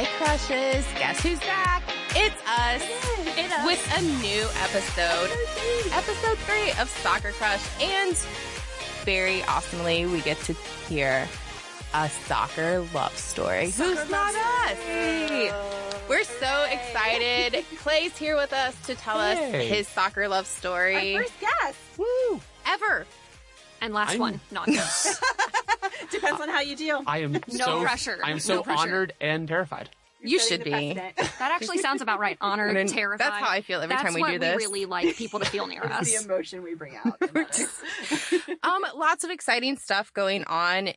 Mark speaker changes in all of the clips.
Speaker 1: Ashes. Guess who's back? It's us with a new episode. Episode three of Soccer Crush. And very awesomely, we get to hear a soccer love story. who's not us? We're so excited. Clay's here with us to tell
Speaker 2: Yay.
Speaker 1: us his soccer love story
Speaker 3: First guess.
Speaker 2: Woo!
Speaker 1: ever.
Speaker 4: And last
Speaker 2: I'm-
Speaker 4: one, not
Speaker 3: Depends on how you deal.
Speaker 2: I am so
Speaker 4: pressure.
Speaker 2: I am so
Speaker 4: No pressure.
Speaker 2: honored and terrified.
Speaker 1: You
Speaker 3: setting
Speaker 1: should
Speaker 3: the
Speaker 1: be.
Speaker 3: precedent.
Speaker 4: That actually sounds about right. Honored,
Speaker 1: I mean,
Speaker 4: terrified.
Speaker 1: that's how I feel every
Speaker 4: That's
Speaker 1: time we
Speaker 4: what
Speaker 1: do this.
Speaker 4: We really like people to feel near
Speaker 3: It's
Speaker 4: us.
Speaker 3: the emotion we bring out.
Speaker 1: Um, lots of exciting stuff going on,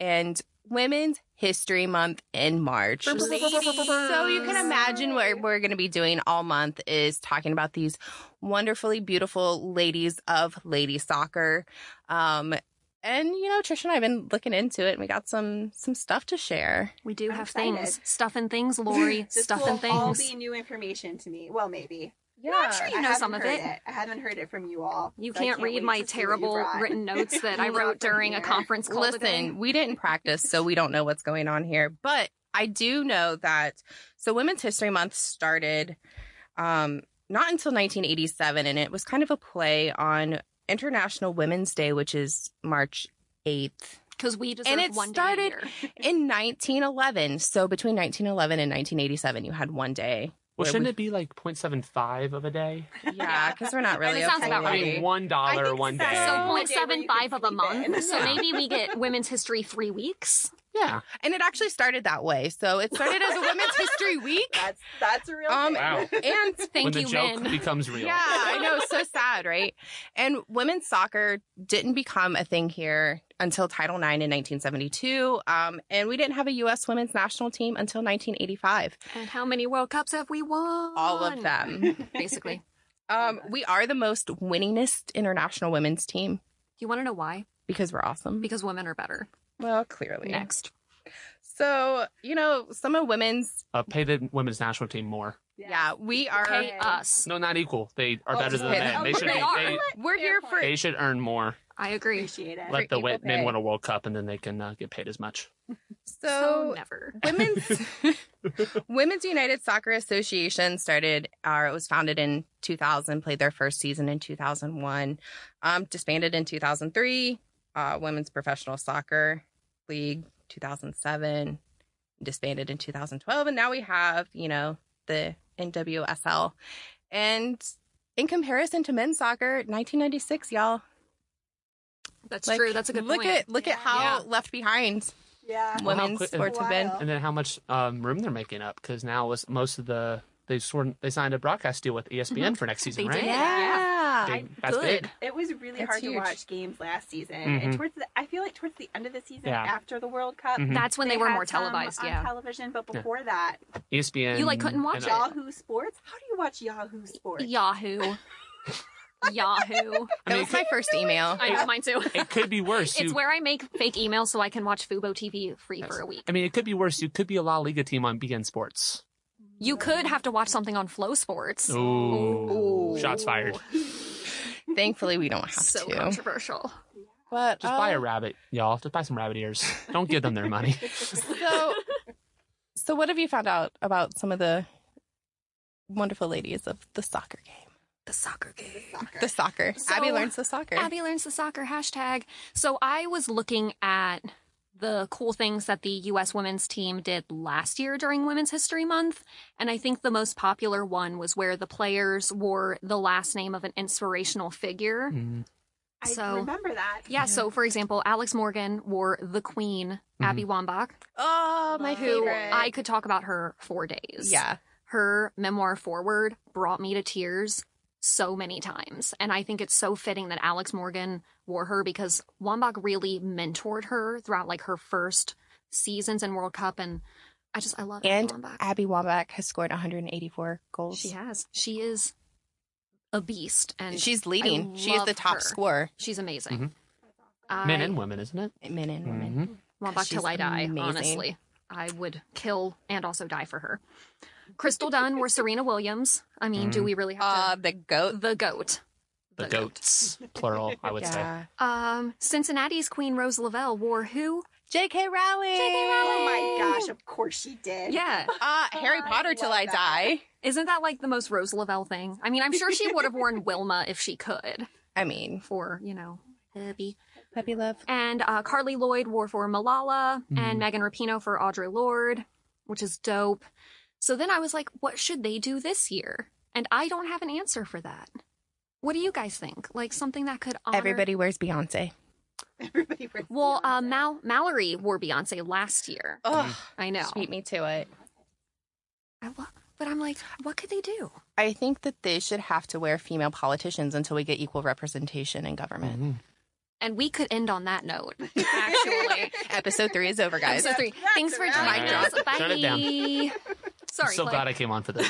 Speaker 1: and Women's History Month in March. so you can imagine what we're going to be doing all month is talking about these wonderfully beautiful ladies of lady soccer. Um, and you know, Trisha and I've been looking into it, and we got some some stuff to share.
Speaker 4: We do
Speaker 3: I'm
Speaker 4: have
Speaker 3: excited.
Speaker 4: things, stuff and things, Lori,
Speaker 3: This
Speaker 4: stuff
Speaker 3: will
Speaker 4: and
Speaker 3: all
Speaker 4: things.
Speaker 3: be new information to me. Well, maybe.
Speaker 1: Yeah,
Speaker 4: I'm sure you
Speaker 3: I
Speaker 4: know
Speaker 3: haven't
Speaker 4: some of
Speaker 3: heard
Speaker 4: it.
Speaker 3: I haven't heard it from you all.
Speaker 4: You
Speaker 3: so I
Speaker 4: can't read
Speaker 3: wait
Speaker 4: my
Speaker 3: to see what you
Speaker 4: terrible
Speaker 3: brought.
Speaker 4: written notes that I
Speaker 3: You
Speaker 4: wrote
Speaker 3: got from
Speaker 4: during a
Speaker 3: here.
Speaker 4: conference call today.
Speaker 1: Listen, we didn't practice, so we don't know what's going on here. But I do know that so Women's History Month started um, not until 1987, and it was kind of a play on International Women's Day, which is March 8th
Speaker 4: because we deserve
Speaker 1: And it
Speaker 4: one
Speaker 1: started-
Speaker 4: day a year.
Speaker 1: in 1911. So between 1911 and 1987, you had one day.
Speaker 2: Well,
Speaker 1: where
Speaker 2: shouldn't
Speaker 1: we-
Speaker 2: it be like 0.75 of a day?
Speaker 1: Yeah, because we're not really.
Speaker 4: it sounds
Speaker 1: a
Speaker 4: about
Speaker 2: I
Speaker 1: play.
Speaker 4: right.
Speaker 2: mean, one
Speaker 3: I
Speaker 2: dollar
Speaker 3: think
Speaker 2: one day.
Speaker 4: So
Speaker 3: so. One day where you
Speaker 4: 0.75
Speaker 3: can
Speaker 4: of a
Speaker 3: sleep
Speaker 4: month.
Speaker 3: in.
Speaker 4: So maybe we get Women's History three weeks.
Speaker 2: yeah,
Speaker 1: And it actually started that way. So it started as a Women's History Week.
Speaker 3: That's that's a real
Speaker 1: Um,
Speaker 3: thing.
Speaker 2: Wow.
Speaker 1: And
Speaker 4: Thank
Speaker 2: when the
Speaker 4: you,
Speaker 2: joke
Speaker 4: Win.
Speaker 2: becomes real.
Speaker 1: Yeah, I know. So sad, right? And women's soccer didn't become a thing here until Title IX in 1972. Um, and we didn't have a U.S. women's national team until 1985.
Speaker 4: And how many World Cups have we won?
Speaker 1: All of them.
Speaker 4: Basically. Do
Speaker 1: Um, we are the most winningest international women's team
Speaker 4: you want to know why?
Speaker 1: because we're awesome.
Speaker 4: Because women are better.
Speaker 1: well,
Speaker 3: Oh,
Speaker 1: clearly.
Speaker 4: Next.
Speaker 1: So, you know, some of women's,
Speaker 2: Uh, pay the women's national team more.
Speaker 1: yeah, we are.
Speaker 4: Pay
Speaker 3: Okay.
Speaker 4: us.
Speaker 2: No, not equal. They are
Speaker 3: Oh,
Speaker 2: better than
Speaker 1: okay.
Speaker 2: men. They
Speaker 4: Oh,
Speaker 2: should
Speaker 4: they
Speaker 2: be.
Speaker 4: are.
Speaker 2: They,
Speaker 1: We're here for.
Speaker 2: they should earn more.
Speaker 4: I agree.
Speaker 3: Appreciate it.
Speaker 2: Let the
Speaker 1: equal
Speaker 2: wi- men
Speaker 1: pay.
Speaker 2: win a World Cup, and then they can uh, get paid as much.
Speaker 4: So
Speaker 1: So,
Speaker 4: never.
Speaker 1: Women's Women's United Soccer Association started, or it was founded in 2000, played their first season in 2001, um, disbanded in 2003, uh, Women's Professional Soccer League 2007, disbanded in 2012, and now we have, you know, the NWSL. And in comparison to men's soccer, 1996, y'all.
Speaker 4: That's
Speaker 1: like,
Speaker 4: true. That's a good
Speaker 1: look
Speaker 4: point.
Speaker 1: At, look at how left behind
Speaker 3: Yeah.
Speaker 2: Well, how
Speaker 1: women's
Speaker 2: quick-
Speaker 1: sports have been.
Speaker 3: Wild.
Speaker 2: And then how much um, room they're making up? Because now was most of the they sworn they signed a broadcast deal with E ESPN for next season,
Speaker 4: Mm-hmm. They
Speaker 2: right?
Speaker 4: did.
Speaker 1: Yeah.
Speaker 2: Big- that's
Speaker 4: Good.
Speaker 2: big.
Speaker 3: It was really
Speaker 1: That's
Speaker 3: hard
Speaker 1: huge.
Speaker 3: to watch games last season,
Speaker 2: Mhm.
Speaker 3: and towards the, I feel like towards the end of the season
Speaker 2: Yeah.
Speaker 3: after the World Cup,
Speaker 2: Mhm.
Speaker 4: That's when they, were
Speaker 3: had
Speaker 4: more
Speaker 3: some
Speaker 4: televised.
Speaker 3: on
Speaker 4: Yeah.
Speaker 3: television, but
Speaker 2: Yeah.
Speaker 3: before that,
Speaker 2: ESPN.
Speaker 4: You, like, couldn't watch
Speaker 2: and,
Speaker 4: it.
Speaker 2: uh,
Speaker 3: Yahoo Sports. How do you watch Yahoo Sports?
Speaker 4: Yahoo. Yahoo.
Speaker 2: I
Speaker 1: That
Speaker 2: mean,
Speaker 1: was my first email.
Speaker 4: I know mine too.
Speaker 2: it could be worse.
Speaker 4: It's
Speaker 2: You-
Speaker 4: where I make fake emails so I can watch Fubo TV free for a week.
Speaker 2: I mean, it could be worse. You could be a La Liga team on BN Sports.
Speaker 4: You could have to watch something on Flow Sports.
Speaker 2: Ooh. Shots fired.
Speaker 1: Thankfully, we don't have
Speaker 4: So
Speaker 1: to.
Speaker 4: controversial.
Speaker 1: But
Speaker 2: Just buy a
Speaker 1: uh,
Speaker 2: rabbit, y'all. Just buy some rabbit ears. Don't give them their money. Mm-hmm.
Speaker 1: so, so what have you found out about some of the wonderful ladies of the soccer game?
Speaker 4: The soccer game.
Speaker 1: The soccer.
Speaker 4: So-
Speaker 1: Abby learns the soccer.
Speaker 4: Abby learns the soccer hashtag. So I was looking at the cool things that the U.S. women's team did last year during Women's History Month. And I think the most popular one was where the players wore the last name of an inspirational figure.
Speaker 2: Mm.
Speaker 3: I
Speaker 4: So-
Speaker 3: remember that.
Speaker 4: Yeah, so for example, Alex Morgan wore the Queen, Abby Wambach,
Speaker 1: oh, my
Speaker 4: who
Speaker 1: favorite.
Speaker 4: I could talk about her for days.
Speaker 1: yeah.
Speaker 4: Her memoir forward brought me to tears so many times. And I think it's so fitting that Alex Morgan wore her because Wambach really mentored her throughout like her first seasons in World Cup and I just I love
Speaker 1: And
Speaker 4: Abby Wambach.
Speaker 1: Abby Wambach has scored 184 goals.
Speaker 4: she has. She is a beast and
Speaker 1: She's leading.
Speaker 4: I
Speaker 1: She is
Speaker 4: love
Speaker 1: the top
Speaker 4: her.
Speaker 1: scorer.
Speaker 4: She's amazing.
Speaker 2: Mhm.
Speaker 4: I-
Speaker 2: Men and women, isn't it?
Speaker 1: Men and women.
Speaker 2: Mhm.
Speaker 4: Well,
Speaker 1: Because
Speaker 4: back till
Speaker 1: she's
Speaker 4: I die,
Speaker 1: amazing.
Speaker 4: honestly. I would kill and also die for her. Crystal Dunn or Serena Williams. I mean, do
Speaker 2: Mm.
Speaker 4: we really have
Speaker 1: Uh,
Speaker 4: to?
Speaker 1: the goat.
Speaker 4: the goat.
Speaker 2: The goats, plural. I would say.
Speaker 1: Yeah.
Speaker 4: Um, Cincinnati's Queen Rose Lavelle wore who?
Speaker 5: J.K. Rowling.
Speaker 3: Oh my gosh, of course she did.
Speaker 4: Yeah.
Speaker 1: Uh, Harry
Speaker 3: I
Speaker 1: Potter till
Speaker 3: love
Speaker 1: I
Speaker 3: that.
Speaker 1: die.
Speaker 4: Isn't that like the most Rose Lavelle thing? I mean, I'm sure she would have worn Wilma if she could
Speaker 1: I mean,
Speaker 4: for, you know, hubby.
Speaker 5: Puppy love.
Speaker 4: And uh, Carly Lloyd wore for Malala and Megan Rapinoe for Audre Lorde, which is dope. So then I was like, what should they do this year? And I don't have an answer for that. What do you guys think? Like something that could honor...
Speaker 1: everybody wears Beyonce.
Speaker 3: Everybody was
Speaker 4: Well, uh, Mal- Mallory wore Beyonce last year.
Speaker 1: Oh,
Speaker 4: I know.
Speaker 1: beat me to it.
Speaker 4: I lo- but I'm like, what could they do?
Speaker 1: I think that they should have to wear female politicians until we get equal representation in government.
Speaker 4: And we could end on that note, actually.
Speaker 1: Episode three is over, guys.
Speaker 4: Episode three.
Speaker 3: That's
Speaker 4: Thanks for
Speaker 3: right.
Speaker 4: joining
Speaker 2: All
Speaker 4: us.
Speaker 2: right.
Speaker 4: Bye.
Speaker 2: Turn it down.
Speaker 4: Sorry,
Speaker 2: so
Speaker 4: Clay.
Speaker 2: glad I came on for this.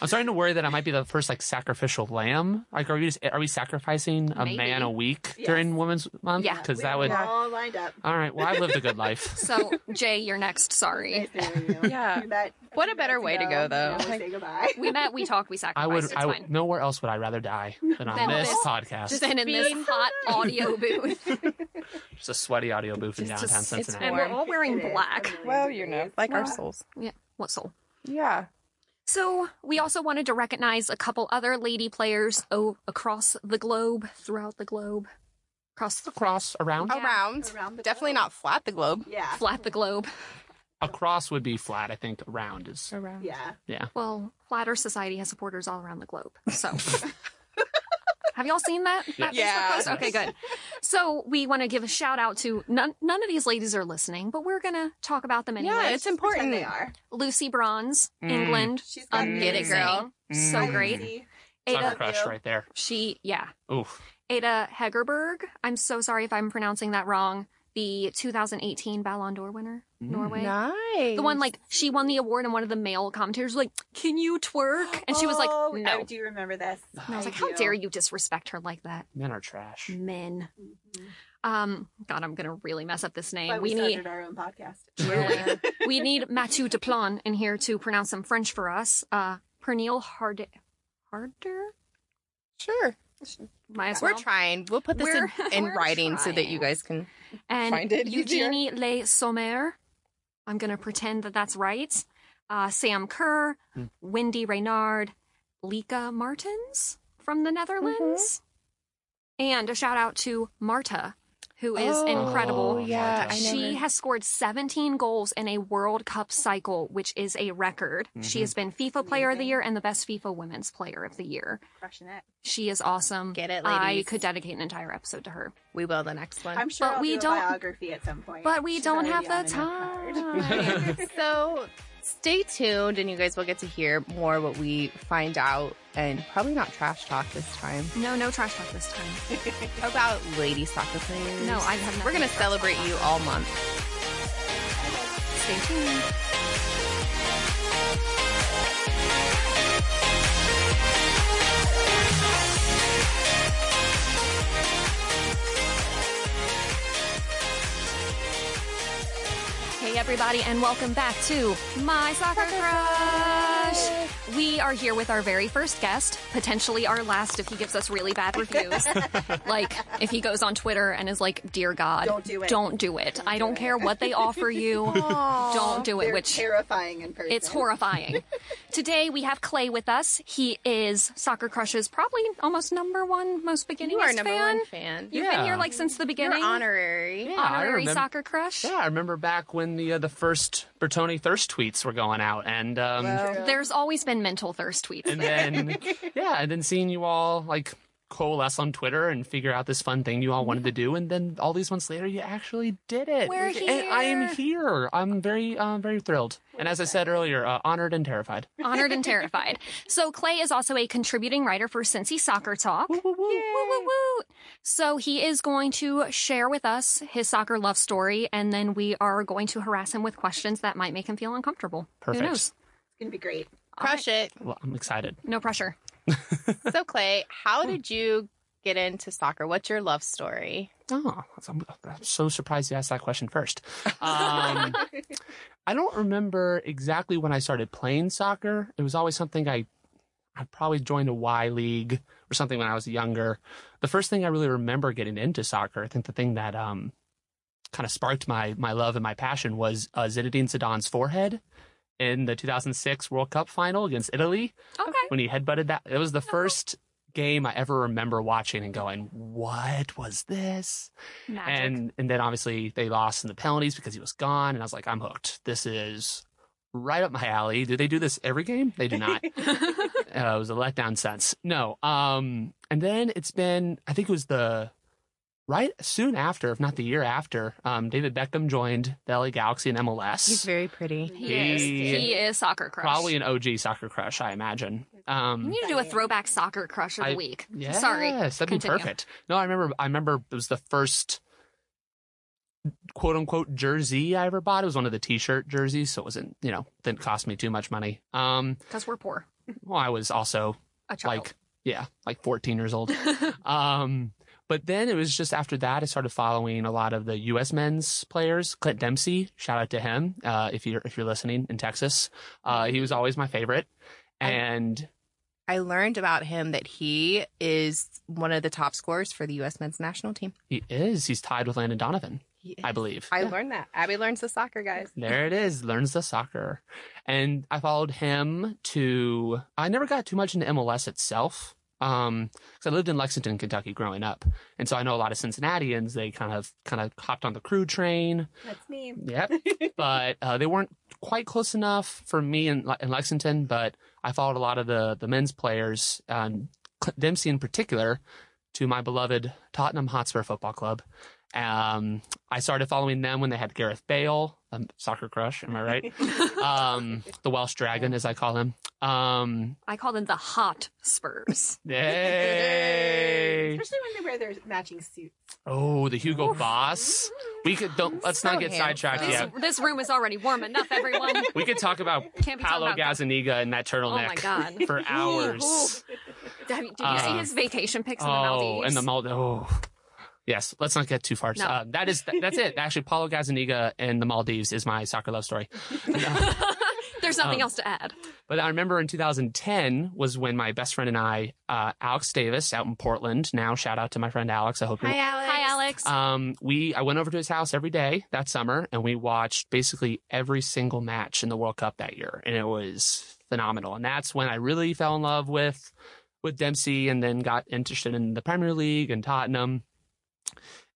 Speaker 2: I'm starting to worry that I might be the first like sacrificial lamb. Like, are we just are we sacrificing a
Speaker 4: Maybe.
Speaker 2: man a week
Speaker 3: Yes.
Speaker 2: during Women's Month?
Speaker 4: Yeah.
Speaker 2: because
Speaker 3: We
Speaker 2: that
Speaker 3: were
Speaker 2: would.
Speaker 3: all lined up.
Speaker 2: All right. Well, I lived a good life.
Speaker 4: so Jay, you're next. Sorry.
Speaker 1: Yeah. What a better way to go, though.
Speaker 3: Now we say goodbye.
Speaker 4: We met, we talked, we
Speaker 2: I
Speaker 4: sacrificed.
Speaker 2: would.
Speaker 4: it's
Speaker 2: I would-
Speaker 4: fine.
Speaker 2: nowhere else would I rather die than on
Speaker 4: Than
Speaker 2: this,
Speaker 4: this.
Speaker 2: podcast.
Speaker 4: Just been in this
Speaker 1: being-
Speaker 4: hot audio booth.
Speaker 2: It's a sweaty audio booth in
Speaker 4: It's
Speaker 2: downtown
Speaker 4: just- it's
Speaker 2: Cincinnati.
Speaker 4: And we're all wearing
Speaker 3: It is.
Speaker 4: black.
Speaker 3: Everyone
Speaker 1: Well,
Speaker 3: is
Speaker 1: you know,
Speaker 3: amazed.
Speaker 1: like our
Speaker 4: Wow.
Speaker 1: souls.
Speaker 4: Yeah. What soul?
Speaker 1: Yeah.
Speaker 4: So we also wanted to recognize a couple other lady players oh, across the globe, throughout the globe, across the
Speaker 2: across around.
Speaker 4: Yeah.
Speaker 1: Around.
Speaker 3: Around the
Speaker 1: Definitely
Speaker 3: globe.
Speaker 1: not flat the globe.
Speaker 3: Yeah.
Speaker 4: flat the globe.
Speaker 2: Across would be flat. I think around is.
Speaker 1: Around.
Speaker 3: Yeah.
Speaker 4: Well, Flat Earth Society has supporters all around the globe. So, have y'all seen that? that Facebook
Speaker 1: Yeah.
Speaker 4: post? Okay, good. So we want to give a shout out to none. None of these ladies are listening, but we're gonna talk about them anyway.
Speaker 1: Yeah, it's important.
Speaker 3: Pretend they are.
Speaker 4: Lucy Bronze,
Speaker 2: Mm.
Speaker 4: England.
Speaker 3: She's got
Speaker 4: amazing.
Speaker 1: Get it, girl.
Speaker 4: So
Speaker 2: Mm.
Speaker 4: great.
Speaker 3: See,
Speaker 2: Sucker
Speaker 4: Ada,
Speaker 2: crush right there.
Speaker 4: she, yeah.
Speaker 2: Oof.
Speaker 4: Ada Hegerberg. I'm so sorry if I'm pronouncing that wrong. The 2018 Ballon d'Or winner,
Speaker 2: Mm.
Speaker 4: Norway.
Speaker 1: Nice.
Speaker 4: The one like she won the award, and one of the male commentators was like, "Can you twerk?" And she was like,
Speaker 3: oh,
Speaker 4: "No."
Speaker 3: I do remember this.
Speaker 4: And I was like, how
Speaker 3: do.
Speaker 4: dare you disrespect her like that?
Speaker 2: Men are trash.
Speaker 4: Men.
Speaker 3: Mhm.
Speaker 4: Um, God, I'm gonna really mess up this name.
Speaker 3: But
Speaker 4: We
Speaker 3: we,
Speaker 4: need
Speaker 3: started our own podcast.
Speaker 4: Yeah. we need Mathieu Deplon in here to pronounce some French for us. Uh Pernille Harder Harder?
Speaker 1: sure.
Speaker 4: Might as
Speaker 1: We're
Speaker 4: well.
Speaker 1: trying. We'll put this in,
Speaker 4: We're-
Speaker 1: in
Speaker 4: we're
Speaker 1: writing so that you
Speaker 4: trying.
Speaker 1: guys can.
Speaker 4: and
Speaker 1: find it easier.
Speaker 4: Eugenie Le Sommer. I'm gonna pretend that that's right. Uh Sam Kerr,
Speaker 2: Hmm.
Speaker 4: Wendy Reynard, Lika Martens from the Netherlands. And a shout out to Marta, who is incredible.
Speaker 1: Mm-hmm. Oh, yeah. I
Speaker 4: she
Speaker 1: never-
Speaker 4: has scored 17 goals in a World Cup cycle, which is a record.
Speaker 1: Mm-hmm.
Speaker 4: She has been FIFA Player of the
Speaker 3: Amazing.
Speaker 4: Year and the best FIFA Women's Player of the Year.
Speaker 3: Crushing it.
Speaker 4: She is awesome.
Speaker 1: Get it,
Speaker 4: I
Speaker 1: ladies.
Speaker 4: could dedicate an entire episode to her,
Speaker 1: We will the next one.
Speaker 3: I'm sure
Speaker 4: But
Speaker 3: I'll
Speaker 4: we
Speaker 3: do a
Speaker 4: don't-
Speaker 3: biography at some point.
Speaker 4: but we
Speaker 3: She's
Speaker 4: don't
Speaker 3: already
Speaker 4: have the
Speaker 3: on enough card.
Speaker 4: time.
Speaker 1: so stay tuned and you guys will get to hear more what we find out and probably not trash talk this time
Speaker 4: no, no trash talk this time.
Speaker 1: about lady soccer players.
Speaker 4: No, I have.
Speaker 1: We're going to
Speaker 4: nothing for
Speaker 1: celebrate
Speaker 4: trash
Speaker 1: you
Speaker 4: talk.
Speaker 1: all month.
Speaker 4: Stay tuned. Hey everybody, and welcome back to My Soccer Crush. We are here with our very first guest, potentially our last if he gives us really bad reviews. like if he goes on Twitter and is like, "Dear God,
Speaker 3: Don't do it.
Speaker 4: Don't do it. I don't care what they offer you. don't do it."
Speaker 3: They're
Speaker 4: Which
Speaker 3: terrifying in person.
Speaker 4: it's horrifying. Today we have Clay with us. He is Soccer Crush's probably almost number one most beginning
Speaker 1: You are number
Speaker 4: fan.
Speaker 1: one fan.
Speaker 4: You've been
Speaker 2: Yeah.
Speaker 4: here like since the
Speaker 1: You're
Speaker 4: beginning.
Speaker 1: honorary.
Speaker 2: Yeah, Ah, I
Speaker 4: Honorary
Speaker 2: remember-
Speaker 4: Soccer Crush.
Speaker 2: Yeah, I remember back when the uh, the first Bertoni thirst tweets were going out, and um,
Speaker 4: There's always been mental thirst tweets.
Speaker 2: and then yeah, and then seeing you all like coalesce on Twitter and figure out this fun thing you all wanted to do, and then all these months later, you actually did it.
Speaker 4: We're
Speaker 2: And I am here. I'm very uh, very thrilled, and as I said earlier, uh, honored and terrified.
Speaker 4: honored and terrified. So Clay is also a contributing writer for Cincy Soccer Talk. Woo, woo, woo, woo. So he is going to share with us his soccer love story, and then we are going to harass him with questions that might make him feel uncomfortable.
Speaker 2: Perfect.
Speaker 4: Who knows?
Speaker 3: going to be great.
Speaker 1: Crush it.
Speaker 2: Well, I'm excited.
Speaker 4: No pressure.
Speaker 1: So, Clay, how did you get into soccer? What's your love story?
Speaker 2: Oh, that's- I'm, I'm so surprised you asked that question first. Um, I don't remember exactly when I started playing soccer. It was always something I, I probably joined a Y league or something when I was younger. The first thing I really remember getting into soccer, I think the thing that um, kind of sparked my my love and my passion was uh, Zinedine Zidane's forehead in the 2006 World Cup final against Italy
Speaker 4: Okay.
Speaker 2: when he headbutted that. It was
Speaker 1: Uh-huh.
Speaker 2: the first game I ever remember watching and going, "What was this?"
Speaker 4: Magic.
Speaker 2: And and then obviously they lost in the penalties because he was gone, and I was like, "I'm hooked. This is." Right up my alley. Do they do this every game? They do not. Uh, it was a letdown sense. No. Um, and then it's been, I think it was the right soon after, if not the year after, um, David Beckham joined the LA Galaxy in MLS.
Speaker 1: He's very pretty.
Speaker 4: he, is.
Speaker 2: He-
Speaker 4: He is soccer crush.
Speaker 2: Probably an OG soccer crush, I imagine.
Speaker 4: We
Speaker 2: Um,
Speaker 4: need to do a throwback soccer crush of the
Speaker 2: I-
Speaker 4: week.
Speaker 2: yes,
Speaker 4: Sorry.
Speaker 2: that'd
Speaker 4: Continue.
Speaker 2: be perfect. No, I remember. I remember it was the first quote unquote jersey I ever bought. It was one of the T-shirt jerseys, so it wasn't you know didn't cost me too much money. Um,
Speaker 4: Because we're poor.
Speaker 2: well, I was also
Speaker 4: A child.
Speaker 2: like yeah like 14 years old um but then it was just after that i started following a lot of the us men's players clint dempsey shout out to him uh if you're if you're listening in texas uh he was always my favorite and
Speaker 1: I learned about him that he is one of the top scorers for the U.S. men's national team.
Speaker 2: he is he's tied with landon donovan
Speaker 1: He is.
Speaker 2: i believe
Speaker 1: I
Speaker 2: Yeah.
Speaker 1: learned that. Abby learns the soccer, guys.
Speaker 2: There it is. Learns the soccer. And I followed him to, I never got too much into MLS itself. Um, 'cause I lived in Lexington, Kentucky growing up. And so I know a lot of Cincinnatians, they kind of, kind of hopped on the crew train.
Speaker 3: That's me.
Speaker 2: Yep. but, uh, they weren't quite close enough for me in, Le- in Lexington, but I followed a lot of the, the men's players, um, Clint Dempsey in particular to my beloved Tottenham Hotspur Football Club. Um, I started following them when they had Gareth Bale, um, soccer crush, am I right? um, the Welsh Dragon, as I call him. Um,
Speaker 4: I call them the hot Spurs.
Speaker 2: yay!
Speaker 3: Especially when they wear their matching suits.
Speaker 2: Oh, the Hugo Boss. We could don't let's
Speaker 1: So
Speaker 2: not get
Speaker 1: handsome.
Speaker 2: sidetracked
Speaker 4: This,
Speaker 2: yet.
Speaker 4: this room is already warm enough, everyone.
Speaker 2: We could talk about
Speaker 4: Can't be
Speaker 2: Paolo
Speaker 4: talking about
Speaker 2: Gazaniga and that
Speaker 4: Oh my
Speaker 2: turtleneck
Speaker 4: god.
Speaker 2: for hours.
Speaker 4: Have you- Did you
Speaker 2: Uh,
Speaker 4: see his vacation pics in the
Speaker 2: Oh,
Speaker 4: Maldives?
Speaker 2: and the Maldives. Oh. Yes, let's not get too far.
Speaker 4: No.
Speaker 2: Uh, that is that's it. Actually, Paulo Gazaniga and the Maldives is my soccer love story.
Speaker 4: There's nothing
Speaker 2: um,
Speaker 4: else to add.
Speaker 2: But I remember in 2010 was when my best friend and I, uh, Alex Davis, out in Portland. Now, shout out to my friend Alex. I hope you're.
Speaker 1: Alex.
Speaker 4: Hi, Alex.
Speaker 2: Um, we I went over to his house every day that summer, and we watched basically every single match in the World Cup that year, and it was phenomenal. And that's when I really fell in love with with Dempsey, and then got interested in the Premier League and Tottenham.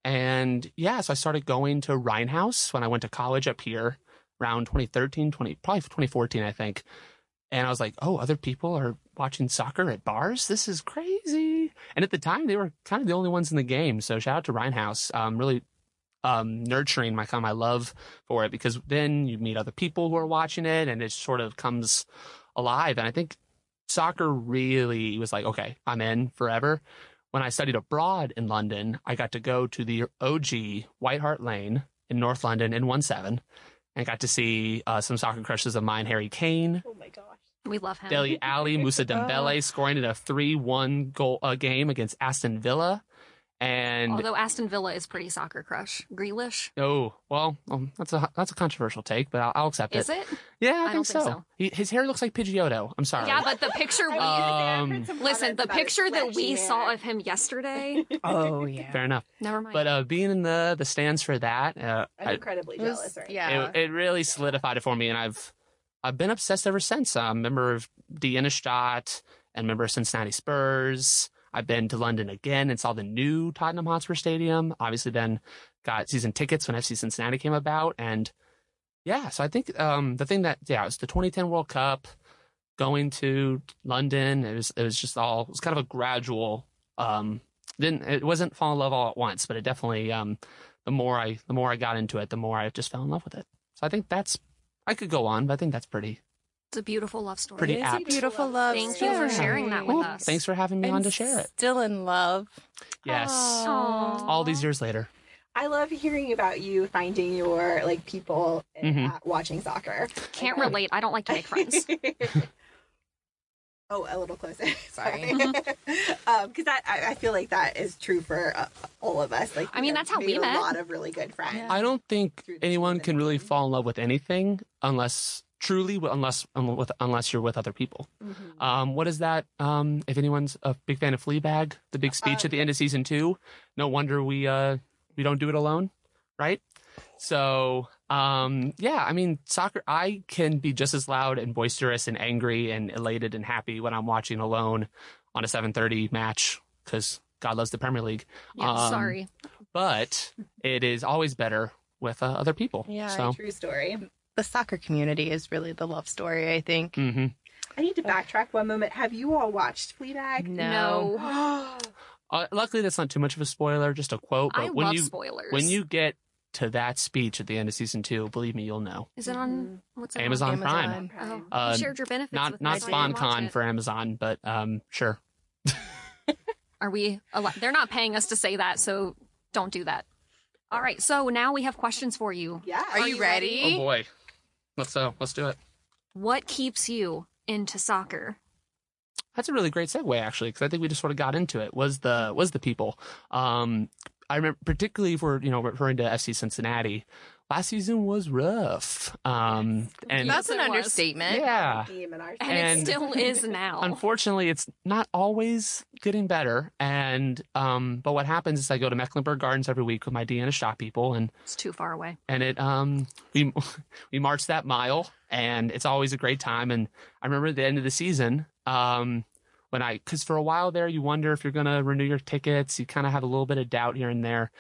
Speaker 2: And yeah, so I started going to Rhinehouse when I went to college up here around 2013, 20, probably 2014, I think. And I was like, oh, other people are watching soccer at bars? This is crazy. And at the time, they were kind of the only ones in the game. So shout out to Rhinehouse. Um, really um, nurturing my kind of my love for it because then you meet other people who are watching it and it sort of comes alive. And I think soccer really was like, okay, I'm in forever. When I studied abroad in London, I got to go to the OG White Hart Lane in North London in 1 7 and got to see uh, some soccer crushes of mine, Harry Kane,
Speaker 3: Oh my gosh.
Speaker 4: we love him.
Speaker 2: Deli Ali, Musa
Speaker 4: Ah.
Speaker 2: Dembele scoring in a 3 1 goal uh, game against Aston Villa. And
Speaker 4: Although Aston Villa is pretty soccer crush. Grealish,
Speaker 2: oh, well, um, that's a that's a controversial take, but I'll, I'll accept
Speaker 4: is
Speaker 2: it.
Speaker 4: it?
Speaker 2: Yeah, I,
Speaker 4: I don't think so.
Speaker 2: He, his hair looks like Pidgeotto. I'm sorry.
Speaker 4: Yeah, but the picture
Speaker 3: I
Speaker 4: we.
Speaker 3: was gonna say, I've
Speaker 2: Um,
Speaker 3: heard some
Speaker 4: Listen,
Speaker 3: comments
Speaker 4: the
Speaker 3: about his
Speaker 4: picture that
Speaker 3: flashy
Speaker 4: we
Speaker 3: hair.
Speaker 4: saw of him yesterday.
Speaker 1: Oh yeah.
Speaker 2: fair enough.
Speaker 4: Never mind.
Speaker 2: But uh, being in the the stands for that, uh,
Speaker 3: I'm
Speaker 2: I-
Speaker 3: incredibly
Speaker 1: It was-
Speaker 3: jealous right
Speaker 1: yeah.
Speaker 2: it, it really solidified it for me, and I've I've been obsessed ever since. I'm a member of the Innestadt and member of Cincinnati Spurs. I've been to London again and saw the new Tottenham Hotspur Stadium. Obviously, then got season tickets when FC Cincinnati came about, and yeah. So I think um, the thing that yeah, it was the 2010 World Cup, going to London. It was it was just all it was kind of a gradual. Um, didn't it wasn't fall in love all at once, but it definitely um, the more I the more I got into it, the more I just fell in love with it. So I think that's I could go on, but I think that's pretty
Speaker 4: it's a beautiful love story.
Speaker 2: pretty
Speaker 1: It is
Speaker 2: apt.
Speaker 1: a beautiful love.
Speaker 4: Thank
Speaker 1: story.
Speaker 4: you for sharing that with
Speaker 2: Well,
Speaker 4: us.
Speaker 2: Thanks for having me
Speaker 1: And
Speaker 2: on to share it.
Speaker 1: Still in love.
Speaker 2: Yes.
Speaker 1: Aw.
Speaker 2: All these years later.
Speaker 3: I love hearing about you finding your like people and
Speaker 2: Mhm.
Speaker 3: uh, watching soccer.
Speaker 4: Can't relate. I don't like to make friends.
Speaker 3: oh, a little closer. Sorry,
Speaker 1: Sorry.
Speaker 3: because
Speaker 4: Mm-hmm.
Speaker 3: that I, I feel like that is true for uh, all of us. Like,
Speaker 4: I mean,
Speaker 3: I've
Speaker 4: that's how
Speaker 3: made
Speaker 4: we
Speaker 3: a
Speaker 4: met.
Speaker 3: lot of really good friends.
Speaker 1: Yeah.
Speaker 2: I don't think
Speaker 3: Through the
Speaker 2: anyone
Speaker 3: season.
Speaker 2: can really fall in love with anything unless truly unless un- with, unless you're with other people.
Speaker 3: Mhm.
Speaker 2: Um, what is that? Um, if anyone's a big fan of Fleabag,
Speaker 4: Uh-huh.
Speaker 2: the big
Speaker 3: Um,
Speaker 2: speech at the end of season two, no wonder we uh, we don't do it alone, right? So, um, yeah, I mean, soccer, I can be just as loud and boisterous and angry and elated and happy when I'm watching alone on a 7:30 match because God loves the Premier League.
Speaker 4: Yeah,
Speaker 2: Um,
Speaker 4: sorry.
Speaker 2: But it is always better with uh, other people.
Speaker 1: Yeah,
Speaker 2: So,
Speaker 3: True story.
Speaker 1: The soccer community is really the love story, I think.
Speaker 2: hmm
Speaker 3: I need to backtrack one moment. Have you all watched Fleabag?
Speaker 1: No.
Speaker 2: uh, luckily that's not too much of a spoiler, just a quote. But
Speaker 4: I
Speaker 2: when
Speaker 4: love
Speaker 2: you
Speaker 4: spoilers.
Speaker 2: when you get to that speech at the end of season two, believe me, you'll know.
Speaker 4: is it on what's it
Speaker 2: Amazon,
Speaker 1: Amazon.
Speaker 2: Prime,
Speaker 4: On? Oh,
Speaker 2: Uh,
Speaker 4: you shared your benefits. Oh,
Speaker 2: not
Speaker 4: with me,
Speaker 2: not
Speaker 4: so I didn't watch
Speaker 2: SpawnCon
Speaker 4: it.
Speaker 2: for Amazon, but um, sure.
Speaker 4: Are we? al- They're not paying us to say that, so don't do that. All right. So now we have questions for you.
Speaker 3: Yeah.
Speaker 1: Are, you ready?
Speaker 2: Oh boy, let's uh, let's do it.
Speaker 4: What keeps you into soccer?
Speaker 2: That's a really great segue, actually, because I think we just sort of got into it. Was the was the people? Um, I remember particularly if we're you know referring to FC Cincinnati. Last season was rough. Um, and
Speaker 1: That's an
Speaker 4: Yes, it was.
Speaker 1: understatement.
Speaker 2: yeah,
Speaker 3: Theme in our
Speaker 4: And,
Speaker 2: And-
Speaker 4: it still is now.
Speaker 2: unfortunately, it's not always getting better. And um, but what happens is I go to Mecklenburg Gardens every week with my Deanna shop people, and
Speaker 4: it's too far away.
Speaker 2: and it um we we march that mile and it's always a great time and i remember at the end of the season um when i because for a while there you wonder if you're going to renew your tickets you kind of have a little bit of doubt here and there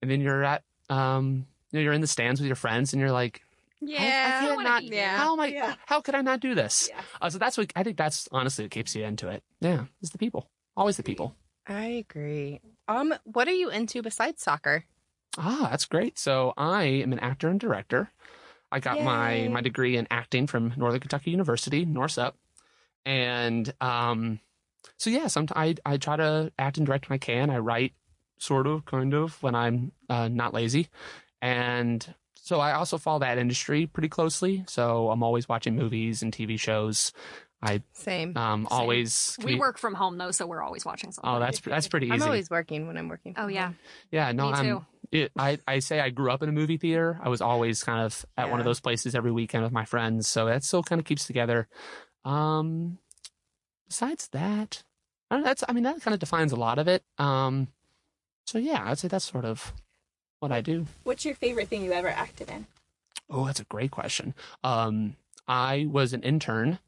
Speaker 2: and then you're at um you know, you're in the stands with your friends and you're like
Speaker 1: Yeah.
Speaker 2: I, I
Speaker 4: I
Speaker 2: can't
Speaker 4: wanna
Speaker 2: not
Speaker 4: be
Speaker 1: there.
Speaker 2: how am i
Speaker 3: Yeah.
Speaker 2: how could i not do this
Speaker 3: Yeah.
Speaker 2: uh, so that's what i think that's honestly what keeps you into it yeah it's the people always the people
Speaker 1: I agree. Um, what are you into besides soccer?
Speaker 2: Ah, that's great. So I am an actor and director. I got my
Speaker 1: Yay.
Speaker 2: my degree in acting from Northern Kentucky University, Norsup, and um, so yeah, sometimes I I try to act and direct when I can. I write, sort of, kind of, when I'm uh, not lazy, and so I also follow that industry pretty closely. So I'm always watching movies and TV shows.
Speaker 1: Same.
Speaker 2: Um,
Speaker 4: Same.
Speaker 2: always
Speaker 4: We work from home though, so we're always watching something.
Speaker 2: Oh, that's that's pretty easy.
Speaker 1: I'm always working when I'm working.
Speaker 4: Oh
Speaker 1: from
Speaker 4: yeah.
Speaker 1: home.
Speaker 2: Yeah, no,
Speaker 4: Me
Speaker 2: I'm.
Speaker 4: too.
Speaker 2: It, I I say I grew up in a movie theater. I was always kind of at one of
Speaker 1: Yeah.
Speaker 2: those places every weekend with my friends, so that still kind of keeps together. Um, besides that, I don't know, that's I mean that kind of defines a lot of it. Um, so yeah, I'd say that's sort of what I do.
Speaker 3: What's your favorite thing you ever acted in?
Speaker 2: Oh, that's a great question. Um, I was an intern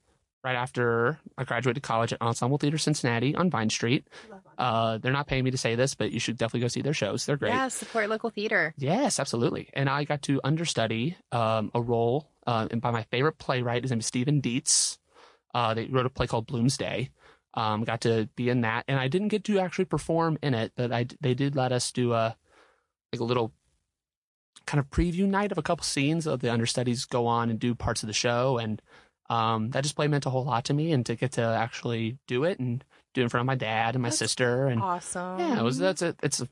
Speaker 2: right after I graduated college at Ensemble Theater Cincinnati on Vine Street. Uh, they're not paying me to say this, but you should definitely go see their shows. They're great.
Speaker 1: Yeah, support local theater.
Speaker 2: Yes, absolutely. And I got to understudy um, a role uh, and by my favorite playwright. His name is Stephen Dietz. Uh, they wrote a play called Bloomsday. Um, got to be in that, and I didn't get to actually perform in it, but I they did let us do a like a little kind of preview night of a couple scenes of the understudies go on and do parts of the show, and um, that display meant a whole lot to me, and to get to actually do it and do it in front of my dad and my
Speaker 1: That's
Speaker 2: sister and
Speaker 1: Awesome.
Speaker 2: yeah, it was that's a it's a,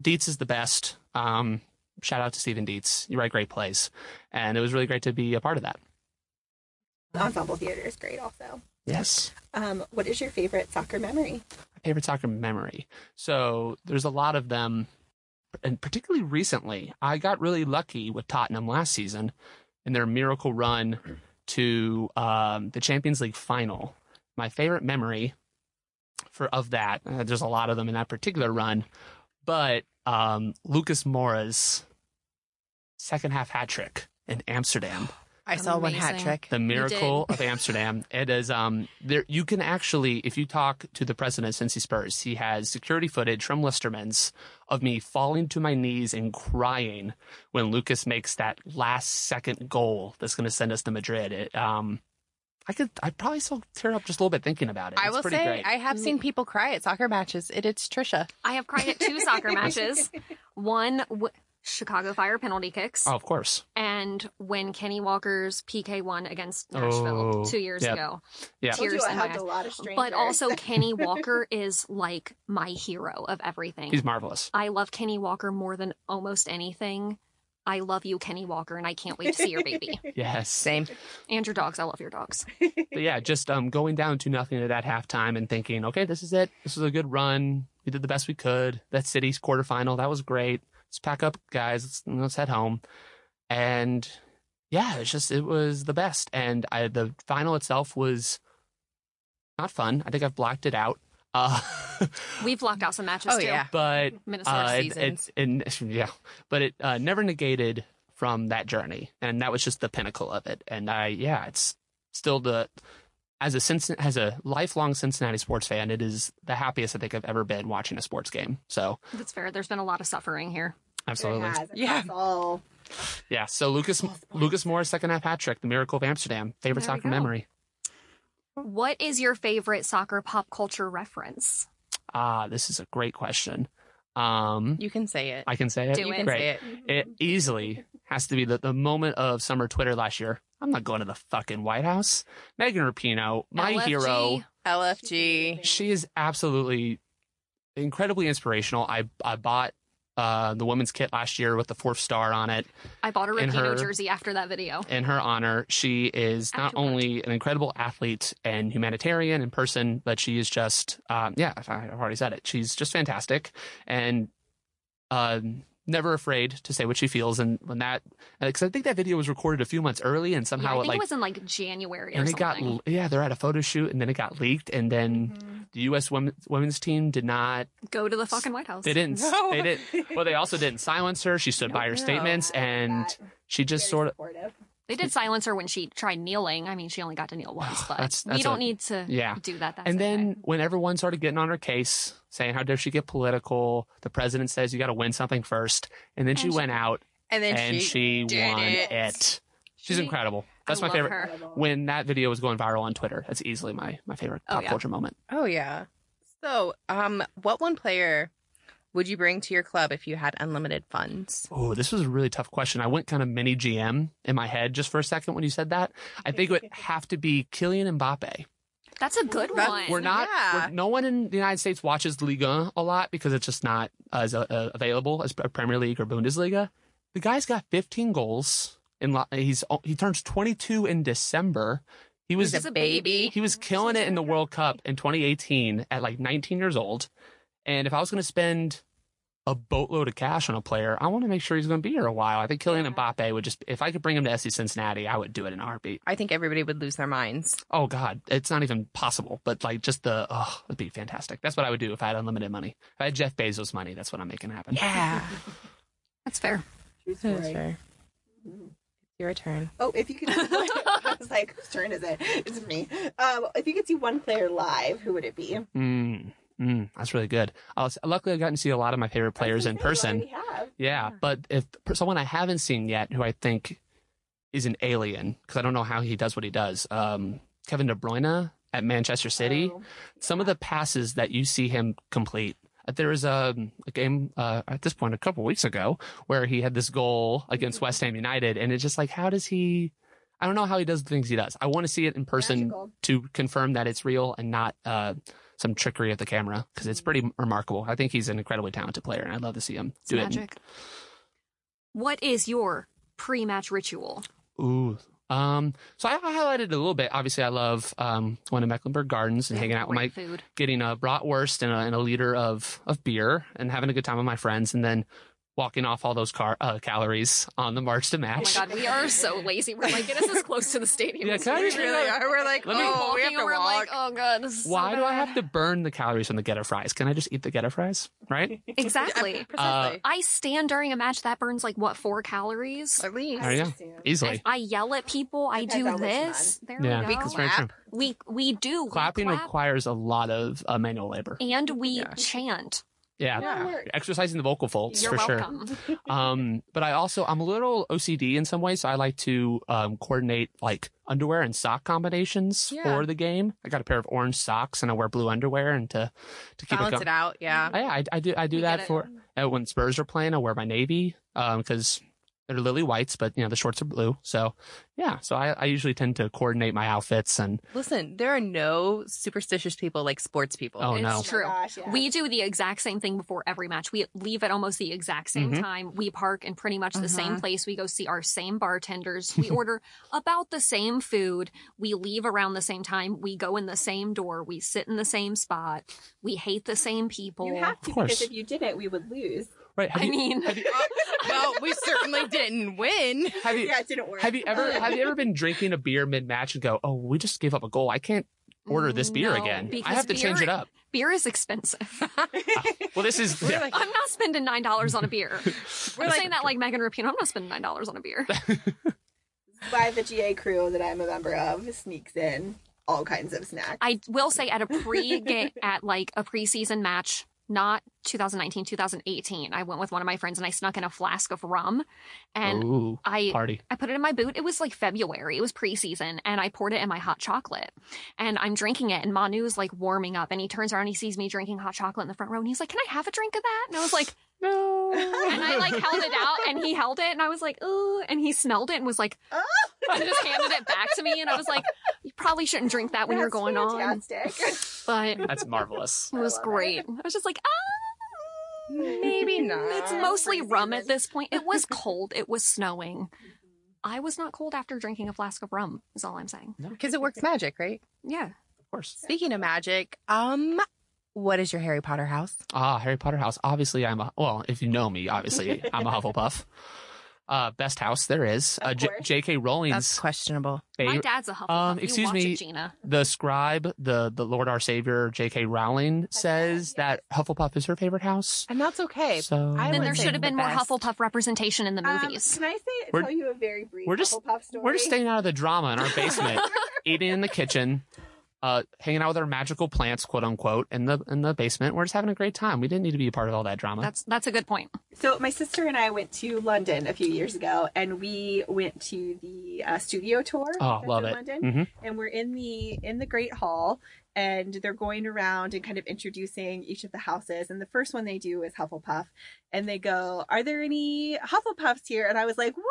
Speaker 2: Dietz is the best. Um, shout out to Stephen Dietz. You write great plays, and it was really great to be a part of that.
Speaker 3: Ensemble theater is great also.
Speaker 2: Yes.
Speaker 3: Um, what is your favorite soccer memory?
Speaker 2: my favorite soccer memory. So there's a lot of them, and particularly recently, I got really lucky with Tottenham last season in their miracle run to um, the Champions League final. My favorite memory for of that, uh, there's a lot of them in that particular run, but um, Lucas Mora's second half hat trick in Amsterdam
Speaker 1: I saw one hat
Speaker 4: Amazing.
Speaker 1: trick.
Speaker 2: the
Speaker 4: did.
Speaker 2: miracle of Amsterdam. It is um there you can actually if you talk to the president of Cincy Spurs, he has security footage from Listerman's of me falling to my knees and crying when Lucas makes that last second goal that's going to send us to Madrid. It, um I could I probably still tear up just a little bit thinking about it.
Speaker 1: I
Speaker 2: It's
Speaker 1: will
Speaker 2: pretty
Speaker 1: say
Speaker 2: great.
Speaker 1: I have seen people cry at soccer matches. It, it's Trisha.
Speaker 4: I have cried at two soccer matches. One w- Chicago Fire penalty kicks,
Speaker 2: Oh, of course.
Speaker 4: and when Kenny Walker's PK one against Nashville
Speaker 2: Oh,
Speaker 4: two years
Speaker 2: yep.
Speaker 4: ago.
Speaker 2: Yeah.
Speaker 3: Told you
Speaker 4: Tears
Speaker 3: I
Speaker 4: in my
Speaker 3: helped
Speaker 4: eyes.
Speaker 3: a lot of strangers.
Speaker 4: But also, Kenny Walker is like my hero of everything.
Speaker 2: He's marvelous.
Speaker 4: I love Kenny Walker more than almost anything. I love you, Kenny Walker, and I can't wait to see your baby
Speaker 2: Yes.
Speaker 1: Same.
Speaker 4: and your dogs. I love your dogs.
Speaker 2: But yeah, just um, going down to nothing at that halftime and thinking, okay, this is it. This was a good run. We did the best we could. That city's quarterfinal, that was great. Let's pack up, guys. Let's, let's head home. And yeah, it's just it was the best. And I, the final itself was not fun. I think I've blocked it out. Uh,
Speaker 4: We've locked out some matches
Speaker 1: Oh
Speaker 4: too.
Speaker 1: yeah.
Speaker 2: but
Speaker 4: Minnesota
Speaker 2: uh, it,
Speaker 1: seasons.
Speaker 2: it, it, yeah, but it uh, never negated from that journey, and that was just the pinnacle of it. And I, yeah, it's still the as a Cincin- as a lifelong Cincinnati sports fan, it is the happiest I think I've ever been watching a sports game. So
Speaker 4: That's fair. There's been a lot of suffering here.
Speaker 2: absolutely,
Speaker 3: It has.
Speaker 1: Yeah.
Speaker 3: It's all
Speaker 2: yeah. So Lucas Lucas Moore second half hat trick, the miracle of Amsterdam, favorite
Speaker 4: There we go.
Speaker 2: soccer memory.
Speaker 4: What is your favorite soccer pop culture reference?
Speaker 2: Ah, this is a great question. Um,
Speaker 1: You can say it.
Speaker 2: I can say it.
Speaker 4: Do
Speaker 1: you
Speaker 4: it.
Speaker 1: can
Speaker 2: Great.
Speaker 1: say it.
Speaker 2: It easily has to be the, the moment of summer Twitter last year. I'm not going to the fucking White House. Megan Rapino, my
Speaker 4: LFG?
Speaker 2: hero.
Speaker 1: LFG.
Speaker 2: She is absolutely incredibly inspirational. I I bought uh, the women's kit last year with the fourth star on it
Speaker 4: I bought a
Speaker 2: In
Speaker 4: Rapino
Speaker 2: her-
Speaker 4: jersey after that video.
Speaker 2: in her honor. She is not
Speaker 4: Afterward.
Speaker 2: only an incredible athlete and humanitarian in person, but she is just, um, yeah, I- I've already said it. She's just fantastic and um, never afraid to say what she feels. And when that, because I think that video was recorded a few months early and
Speaker 4: yeah, I
Speaker 2: somehow
Speaker 4: think
Speaker 2: it like,
Speaker 4: it was in like January or
Speaker 2: and it got,
Speaker 4: something. Mm-hmm.
Speaker 2: yeah, they're at a photo shoot and then it got leaked. And then the U.S. Women, women's team did not,
Speaker 4: Go to the fucking White House.
Speaker 2: they didn't,
Speaker 1: No.
Speaker 2: they didn't, well, they also didn't silence her. She stood by her
Speaker 1: No.
Speaker 2: statements and
Speaker 3: that.
Speaker 2: she just
Speaker 3: Very
Speaker 2: sort of,
Speaker 3: supportive.
Speaker 4: They did silence her when she tried kneeling. I mean, she only got to kneel once, but
Speaker 2: That's-
Speaker 4: we
Speaker 2: that's
Speaker 4: don't
Speaker 2: a-
Speaker 4: need to
Speaker 2: yeah.
Speaker 4: do that. That's
Speaker 2: and then
Speaker 4: okay.
Speaker 2: when everyone started getting on her case, saying how dare she get political, the president says you got to win something first, and then she
Speaker 4: And she-
Speaker 2: went out
Speaker 1: And then
Speaker 2: and,
Speaker 1: she,
Speaker 2: she,
Speaker 1: did
Speaker 2: won
Speaker 1: it.
Speaker 2: it. She's
Speaker 4: She-
Speaker 2: incredible. That's
Speaker 4: I
Speaker 2: my
Speaker 4: love
Speaker 2: favorite.
Speaker 4: her.
Speaker 3: Incredible.
Speaker 2: When that video was going viral on Twitter, that's easily my my favorite
Speaker 4: Oh,
Speaker 2: pop
Speaker 4: yeah.
Speaker 2: culture moment.
Speaker 1: Oh yeah. So, um, what one player would you bring to your club if you had unlimited funds?
Speaker 2: Oh, this was a really tough question. I went kind of mini GM in my head just for a second when you said that. I think it would have to be Kylian Mbappe.
Speaker 4: That's a good
Speaker 1: That's-
Speaker 4: one.
Speaker 2: We're not.
Speaker 1: Yeah.
Speaker 2: We're, no one in the United States watches Liga a lot because it's just not as uh, uh, available as P- Premier League or Bundesliga. The guy's got 15 goals. In La- he's oh, he turns 22 in December. He was
Speaker 1: He's a baby.
Speaker 2: he was killing it in the World Cup in 2018 at like 19 years old. And if I was going to spend a boatload of cash on a player, I want to make sure he's going to be here a while. I think Kylian Mbappe would just if I could bring him to SC Cincinnati, I would do it in a heartbeat
Speaker 1: I think everybody would lose their minds.
Speaker 2: oh god, it's not even possible. But like just the oh, it'd be fantastic. That's what I would do if I had unlimited money. If I had Jeff Bezos money, that's what I'm making happen.
Speaker 1: Yeah.
Speaker 4: That's fair.
Speaker 3: True
Speaker 1: That's
Speaker 3: story.
Speaker 1: fair. Your turn.
Speaker 3: Oh, if you could, I was like, whose turn is it? It's me. Um, if you could see one player live, who would it be?
Speaker 2: Mm, mm, that's really good. I was, luckily, I've gotten to see a lot of my favorite players
Speaker 3: I
Speaker 2: in
Speaker 3: was gonna
Speaker 2: person.
Speaker 3: say, you already have.
Speaker 2: Yeah, but if for someone I haven't seen yet, who I think is an alien, because I don't know how he does what he does, um, Kevin De Bruyne at Manchester City.
Speaker 3: Oh,
Speaker 2: some of the passes that you see him complete. uh, There was a, a game uh, at this point a couple weeks ago where he had this goal against West Ham United, and it's just like, how does he? I don't know how he does the things he does. I want to see it in person
Speaker 3: magical.
Speaker 2: to confirm that it's real and not uh, some trickery of the camera because it's pretty remarkable. I think he's an incredibly talented player, and I'd love to see him
Speaker 4: It's
Speaker 2: do it.
Speaker 4: magic. What is your pre-match ritual?
Speaker 2: Ooh. Um, so I, I highlighted it a little bit. Obviously, I love um, going to Mecklenburg Gardens and hanging out with my
Speaker 4: Great food.
Speaker 2: getting a bratwurst and a, and a liter of, of beer and having a good time with my friends and then walking off all those car, uh, calories on the march to
Speaker 4: Oh my
Speaker 2: match.
Speaker 4: god, we are so lazy. We're like, get us as close to the stadium.
Speaker 2: Yeah,
Speaker 4: as
Speaker 2: can I
Speaker 4: we
Speaker 2: just-
Speaker 1: We really are. We're like,
Speaker 2: Let me-
Speaker 1: oh, we
Speaker 4: walking
Speaker 1: have to
Speaker 4: over, I'm
Speaker 1: walk.
Speaker 4: like, oh god, this is so
Speaker 2: Why do I
Speaker 4: bad."
Speaker 2: have to burn the calories from the getter fries? Can I just eat the getter fries? Right?
Speaker 4: Exactly.
Speaker 1: Precisely.
Speaker 4: I stand during a match that burns like what four calories.
Speaker 1: At least.
Speaker 2: There you go.
Speaker 3: Understand.
Speaker 4: I,
Speaker 2: Easily.
Speaker 4: I yell at people. I
Speaker 3: Depends
Speaker 4: do
Speaker 3: on which
Speaker 4: this. There
Speaker 2: Yeah,
Speaker 4: we go.
Speaker 2: that's very true.
Speaker 4: We we do we
Speaker 2: Clapping
Speaker 4: clap,
Speaker 2: requires a lot of uh, manual labor.
Speaker 4: and we
Speaker 1: Yeah.
Speaker 4: chant.
Speaker 2: Yeah.
Speaker 1: Yeah.
Speaker 3: Work.
Speaker 2: Exercising the vocal folds
Speaker 4: You're
Speaker 2: for sure.
Speaker 4: welcome.
Speaker 2: um, but I also I'm a little OCD in some ways. So I like to um, coordinate like underwear and sock combinations
Speaker 1: Yeah.
Speaker 2: for the game. I got a pair of orange socks and I wear blue underwear and to to keep
Speaker 1: Balance
Speaker 2: it
Speaker 1: it
Speaker 2: going. Oh,
Speaker 1: out. Yeah.
Speaker 2: Yeah, I, I do I do
Speaker 4: We get
Speaker 2: that
Speaker 4: it.
Speaker 2: for uh, when Spurs are playing. I wear my navy because they're lily whites, but you know the shorts are blue. So yeah, so I, I usually tend to coordinate my outfits and
Speaker 1: Listen, there are no superstitious people like sports people.
Speaker 2: Oh,
Speaker 4: it's
Speaker 2: no.
Speaker 3: my
Speaker 4: true.
Speaker 3: gosh, yeah.
Speaker 4: We do the exact same thing before every match. We leave at almost the exact same
Speaker 2: Mhm.
Speaker 4: time. We park in pretty much the same
Speaker 1: Mhm.
Speaker 4: place. We go see our same bartenders. We order about the same food. We leave around the same time. We go in the same door. We sit in the same spot. We hate the same people.
Speaker 3: You have to
Speaker 2: Of course.
Speaker 3: because if you didn't, we would lose.
Speaker 2: right. Have
Speaker 4: I
Speaker 2: you,
Speaker 4: mean,
Speaker 2: have you,
Speaker 1: well, we certainly didn't win.
Speaker 2: have you,
Speaker 3: Yeah, it didn't work.
Speaker 2: have you ever have you ever been drinking a beer mid match and go, oh, we just gave up a goal. I can't order this beer
Speaker 4: Mm, No,
Speaker 2: again. I
Speaker 4: because
Speaker 2: have to change
Speaker 4: beer-
Speaker 2: it up.
Speaker 4: Beer is expensive.
Speaker 2: Well, this is
Speaker 1: We're
Speaker 2: yeah.
Speaker 1: like,
Speaker 4: I'm not spending nine dollars on a beer.
Speaker 1: we're
Speaker 4: I'm
Speaker 1: like
Speaker 4: saying that like Megan Rapinoe. I'm not spending nine dollars on a beer.
Speaker 3: By the GA crew that I'm a member of sneaks in all kinds of snacks.
Speaker 4: I will say at a pre game at like a preseason match, not 2019, 2018. I went with one of my friends and I snuck in a flask of rum, and
Speaker 2: Ooh,
Speaker 4: I
Speaker 2: party.
Speaker 4: I put it in my boot. It was like February. It was preseason, and I poured it in my hot chocolate. And I'm drinking it, and Manu is like warming up, and he turns around, and he sees me drinking hot chocolate in the front row, and he's like, "Can I have a drink of that?" And I was like,
Speaker 2: No.
Speaker 4: and I like held it out, and he held it, and I was like, "Ooh!" And he smelled it and was like,
Speaker 3: Oh.
Speaker 4: and just handed it back to me, and I was like, "You probably shouldn't drink that when you're
Speaker 3: That's
Speaker 4: going
Speaker 3: fantastic.
Speaker 4: on," but
Speaker 2: That's marvelous.
Speaker 4: it
Speaker 3: I
Speaker 4: was
Speaker 3: love it.
Speaker 4: great. I was just like, "Ah."
Speaker 1: maybe not.
Speaker 4: It's mostly
Speaker 3: Preseason.
Speaker 4: rum at this point. It was cold. It was snowing. I was not cold after drinking a flask of rum. Is all I'm saying.
Speaker 1: because it works magic, right?
Speaker 4: Yeah.
Speaker 2: Of course.
Speaker 1: Speaking of magic, um, what is your Harry Potter house?
Speaker 2: Ah, Harry Potter house. Obviously, I'm a well. If you know me, obviously, I'm a Hufflepuff. Uh, best house there is.
Speaker 3: Of
Speaker 2: Uh, J-
Speaker 3: course.
Speaker 2: J.K.
Speaker 1: That's
Speaker 2: Rowling's
Speaker 1: questionable.
Speaker 4: My
Speaker 2: favorite.
Speaker 4: dad's a Hufflepuff.
Speaker 2: Um,
Speaker 4: You
Speaker 2: excuse
Speaker 4: watch
Speaker 2: me.
Speaker 4: It, Gina.
Speaker 2: the scribe, the the Lord our Savior, J.K. Rowling says that Hufflepuff is her favorite house.
Speaker 1: And that's okay.
Speaker 2: So
Speaker 1: I
Speaker 4: Then
Speaker 1: would
Speaker 4: there
Speaker 1: say
Speaker 4: should have been
Speaker 1: the
Speaker 4: more
Speaker 1: best.
Speaker 4: Hufflepuff representation in the
Speaker 3: Um,
Speaker 4: movies.
Speaker 3: can I say
Speaker 2: We're-
Speaker 3: tell you a very brief
Speaker 2: we're just-
Speaker 3: Hufflepuff story?
Speaker 2: we're just staying out of the drama in our basement, eating in the kitchen, uh, hanging out with our magical plants, quote unquote, in the in the basement. We're just having a great time. We didn't need to be a part of all that drama.
Speaker 4: That's that's a good point.
Speaker 3: So my sister and I went to London a few years ago, and we went to the uh, studio tour.
Speaker 2: Oh,
Speaker 3: that's
Speaker 2: love
Speaker 3: in
Speaker 2: it.
Speaker 3: London,
Speaker 2: Mhm.
Speaker 3: and we're in the in the Great Hall, and they're going around and kind of introducing each of the houses. And the first one they do is Hufflepuff, and they go, "Are there any Hufflepuffs here?" And I was like, "Woo!"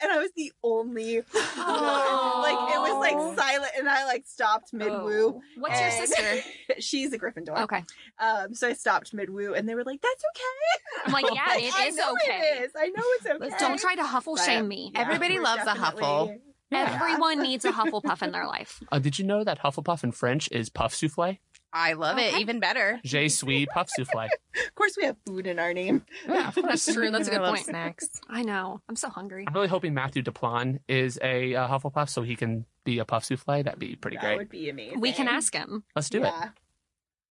Speaker 3: And I was the only,
Speaker 4: Oh.
Speaker 3: like it was like silent, and I like stopped mid woo.
Speaker 4: Oh. What's your
Speaker 3: And-
Speaker 4: sister?
Speaker 3: She's a Gryffindor.
Speaker 4: Okay.
Speaker 3: Um, so I stopped mid woo, and they were like, "That's okay."
Speaker 4: I'm like, yeah, it
Speaker 3: I
Speaker 4: is
Speaker 3: know
Speaker 4: okay.
Speaker 3: It is. I know it's okay.
Speaker 1: Let's
Speaker 4: Don't try to huffle
Speaker 3: But,
Speaker 4: shame me.
Speaker 3: yeah,
Speaker 1: Everybody
Speaker 3: we're
Speaker 1: loves a
Speaker 3: definitely-
Speaker 1: huffle.
Speaker 2: yeah.
Speaker 4: Everyone needs a Hufflepuff in their life.
Speaker 2: Uh, did you know that Hufflepuff in French is puff souffle?
Speaker 1: I love it
Speaker 4: Okay.
Speaker 1: even better.
Speaker 2: Je suis puff souffle.
Speaker 3: Of course, we have food in our name.
Speaker 2: Yeah, of course.
Speaker 4: true. That's a
Speaker 1: I
Speaker 4: good
Speaker 1: love
Speaker 4: point.
Speaker 1: Snacks.
Speaker 4: I know. I'm so hungry.
Speaker 2: I'm really hoping Matthew Duplan is a uh, Hufflepuff so he can be a puff souffle. That'd be pretty
Speaker 3: that
Speaker 2: great.
Speaker 3: would be amazing.
Speaker 4: We can ask him.
Speaker 2: Let's do it.
Speaker 3: yeah.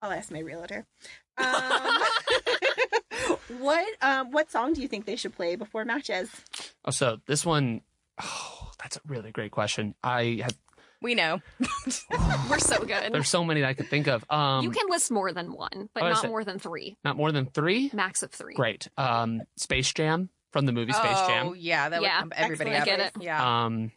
Speaker 3: I'll ask my realtor. Um, what um, what song do you think they should play before matches?
Speaker 2: Oh, so this one, oh, that's a really great question. I have,
Speaker 1: We know.
Speaker 4: We're so good.
Speaker 2: there's so many that I could think of. Um,
Speaker 4: you can list more than one, but
Speaker 2: I
Speaker 4: not
Speaker 2: said-
Speaker 4: more than three.
Speaker 2: not more than three.
Speaker 4: Max of three.
Speaker 2: Great. Um, Space Jam from the movie Space
Speaker 1: oh,
Speaker 2: Jam.
Speaker 1: yeah, that would
Speaker 4: Yeah.
Speaker 1: pump everybody
Speaker 3: Excellent.
Speaker 1: up.
Speaker 4: I get
Speaker 1: Yeah.
Speaker 2: Um,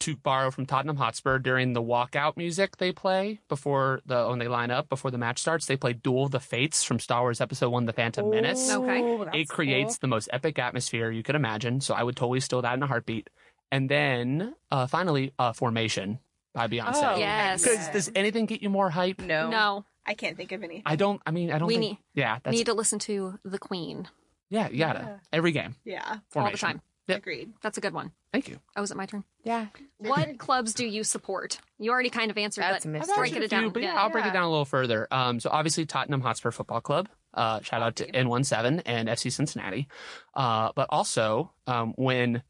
Speaker 2: to borrow from Tottenham Hotspur during the walkout music they play before the when they line up before the match starts, they play Duel of the Fates from Star Wars Episode One: The Phantom Menace.
Speaker 1: Oh,
Speaker 4: No, Okay.
Speaker 2: it creates the most epic atmosphere you could imagine. So I would totally steal that in a heartbeat. And then uh, finally, uh, Formation by Beyonce.
Speaker 1: Oh,
Speaker 4: Yes.
Speaker 2: Because does anything get you more hype?
Speaker 1: No.
Speaker 4: No,
Speaker 3: I can't think of any.
Speaker 2: I don't. I mean, I don't
Speaker 4: We
Speaker 2: think.
Speaker 4: need-
Speaker 2: yeah, that's
Speaker 4: need to listen to The Queen
Speaker 2: yeah, you gotta
Speaker 3: Yeah.
Speaker 2: every game
Speaker 3: Yeah,
Speaker 2: formation.
Speaker 4: all the time.
Speaker 2: Yep.
Speaker 3: agreed.
Speaker 4: That's a good one.
Speaker 2: Thank you.
Speaker 4: Oh, is it my turn?
Speaker 1: Yeah.
Speaker 4: What clubs do you support? You already kind of answered
Speaker 1: That's
Speaker 4: but
Speaker 1: a mystery.
Speaker 2: I've
Speaker 4: break
Speaker 2: answered
Speaker 4: it
Speaker 2: a few,
Speaker 4: down.
Speaker 2: but yeah,
Speaker 4: Yeah.
Speaker 2: I'll break it
Speaker 1: Yeah.
Speaker 2: down a little further. Um, so obviously Tottenham Hotspur Football Club. Uh, shout out to N17 and FC Cincinnati. Uh, but also um, when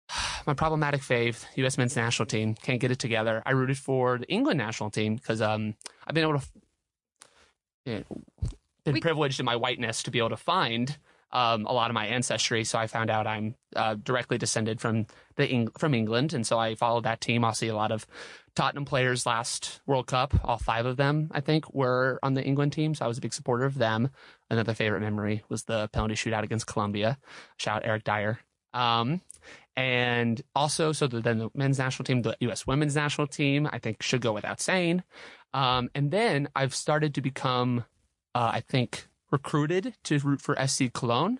Speaker 2: my problematic fave, U.S. men's national team, can't get it together. I rooted for the England national team because um, I've been able to, yeah, been
Speaker 4: We-
Speaker 2: privileged in my whiteness to be able to find um, a lot of my ancestry. So I found out I'm uh, directly descended from the Eng- from England, and so I followed that team. I'll see a lot of Tottenham players last World Cup. All five of them, I think, were on the England team, so I was a big supporter of them. Another favorite memory was the penalty shootout against Colombia. Shout out Eric Dyer. Um, and also, so the, then the men's national team, the U.S. women's national team, I think should go without saying. Um, and then I've started to become, uh, I think, recruited to root for SC Cologne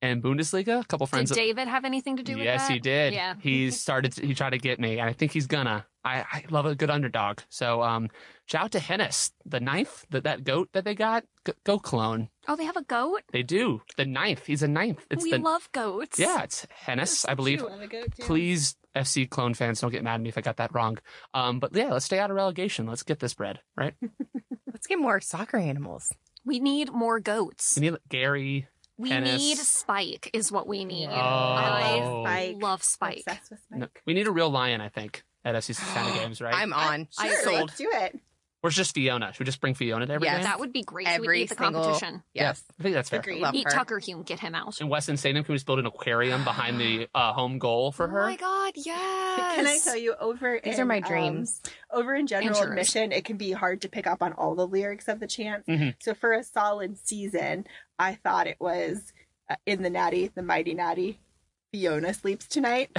Speaker 2: and Bundesliga. A couple friends.
Speaker 4: Did David have anything to do with
Speaker 2: yes,
Speaker 4: that?
Speaker 2: he did.
Speaker 4: Yeah.
Speaker 2: he started. To, he tried to get me, and I think he's gonna. I, I love a good underdog. So, um, shout out to Hennis, the ninth, that that goat that they got. Go, go Cologne.
Speaker 4: Oh, they have a goat?
Speaker 2: They do the ninth. He's a ninth. It's
Speaker 4: we
Speaker 2: the
Speaker 4: love goats.
Speaker 2: yeah. It's Hennis, I believe. Please, FC clone fans, don't get mad at me if I got that wrong. Um, but yeah, let's stay out of relegation. Let's get this bread, right?
Speaker 1: Let's get more soccer animals.
Speaker 4: We need more goats.
Speaker 2: We need Gary.
Speaker 4: We
Speaker 2: Tennis.
Speaker 4: need Spike, is what we need.
Speaker 1: Yeah.
Speaker 2: Oh.
Speaker 4: I
Speaker 3: Spike.
Speaker 4: love Spike.
Speaker 3: Obsessed with Spike.
Speaker 2: no, we need a real lion, I think. at FC Susana games, right?
Speaker 1: I'm on.
Speaker 4: I-
Speaker 3: Sure,
Speaker 1: sold.
Speaker 3: Let's do it.
Speaker 2: Or it's just Fiona. Should we just bring Fiona to every
Speaker 1: Yes.
Speaker 2: game?
Speaker 4: That would be great. so we
Speaker 1: Every
Speaker 4: beat the
Speaker 1: single-
Speaker 4: competition.
Speaker 1: Yes.
Speaker 2: I think that's fair.
Speaker 3: Agreed.
Speaker 1: Love
Speaker 4: Eat
Speaker 1: her.
Speaker 4: Tucker Hume, get him out.
Speaker 2: In Weston Stadium, can we just build an aquarium behind the uh, home goal for her?
Speaker 4: Oh my god, yes.
Speaker 3: Can I tell you over
Speaker 1: These
Speaker 3: in,
Speaker 1: are my
Speaker 3: um,
Speaker 1: dreams.
Speaker 3: over in general
Speaker 4: Insurance.
Speaker 3: admission, it can be hard to pick up on all the lyrics of the chants.
Speaker 2: Mhm.
Speaker 3: So for a solid season, I thought it was uh, in the Natty, the Mighty Natty, Fiona sleeps tonight.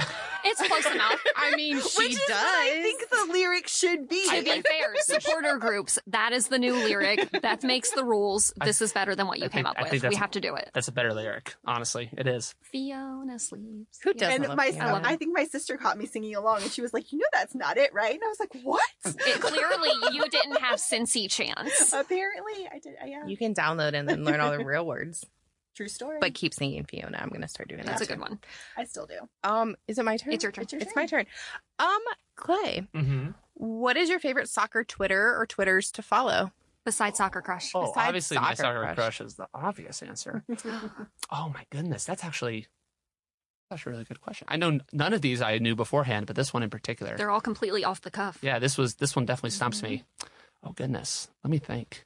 Speaker 4: It's close enough.
Speaker 1: I mean, she
Speaker 3: Which is
Speaker 1: does.
Speaker 3: what I think the lyrics should be.
Speaker 4: To be fair, supporter groups, that is the new lyric. That makes the rules. This is better than what you
Speaker 2: I
Speaker 4: came
Speaker 2: think-
Speaker 4: up
Speaker 2: I
Speaker 4: with.
Speaker 2: think
Speaker 4: We
Speaker 2: that's-
Speaker 4: have to do it.
Speaker 2: That's a better lyric. Honestly, it is.
Speaker 4: Fiona sleeps.
Speaker 1: Who
Speaker 4: Yeah.
Speaker 1: doesn't?
Speaker 3: and
Speaker 1: love
Speaker 3: my
Speaker 1: Fiona.
Speaker 3: I think my sister caught me singing along, and she was like, "You know, that's not it, right?" And I was like, "What?"
Speaker 4: It clearly you didn't have Cincy chance.
Speaker 3: Apparently, I did. I am.
Speaker 1: You can download and then learn all the real words,
Speaker 3: True story.
Speaker 1: but keep singing Fiona. I'm gonna start doing
Speaker 4: That's
Speaker 1: that.
Speaker 4: a good one.
Speaker 3: I still do.
Speaker 1: Um, is it my turn?
Speaker 4: It's your turn.
Speaker 3: It's your
Speaker 1: It's my turn. Um, Clay,
Speaker 2: Mm-hmm.
Speaker 1: what is your favorite soccer Twitter or Twitters to follow?
Speaker 4: Besides Soccer Crush.
Speaker 2: Oh,
Speaker 1: Besides
Speaker 2: obviously, my
Speaker 1: soccer
Speaker 2: soccer
Speaker 1: crush.
Speaker 2: crush. is the obvious answer. oh my goodness, that's actually that's a really good question. I know n- none of these I knew beforehand, but this one in particular.
Speaker 4: They're all completely off the cuff.
Speaker 2: yeah, this was this one definitely stumps me. Oh goodness, let me think.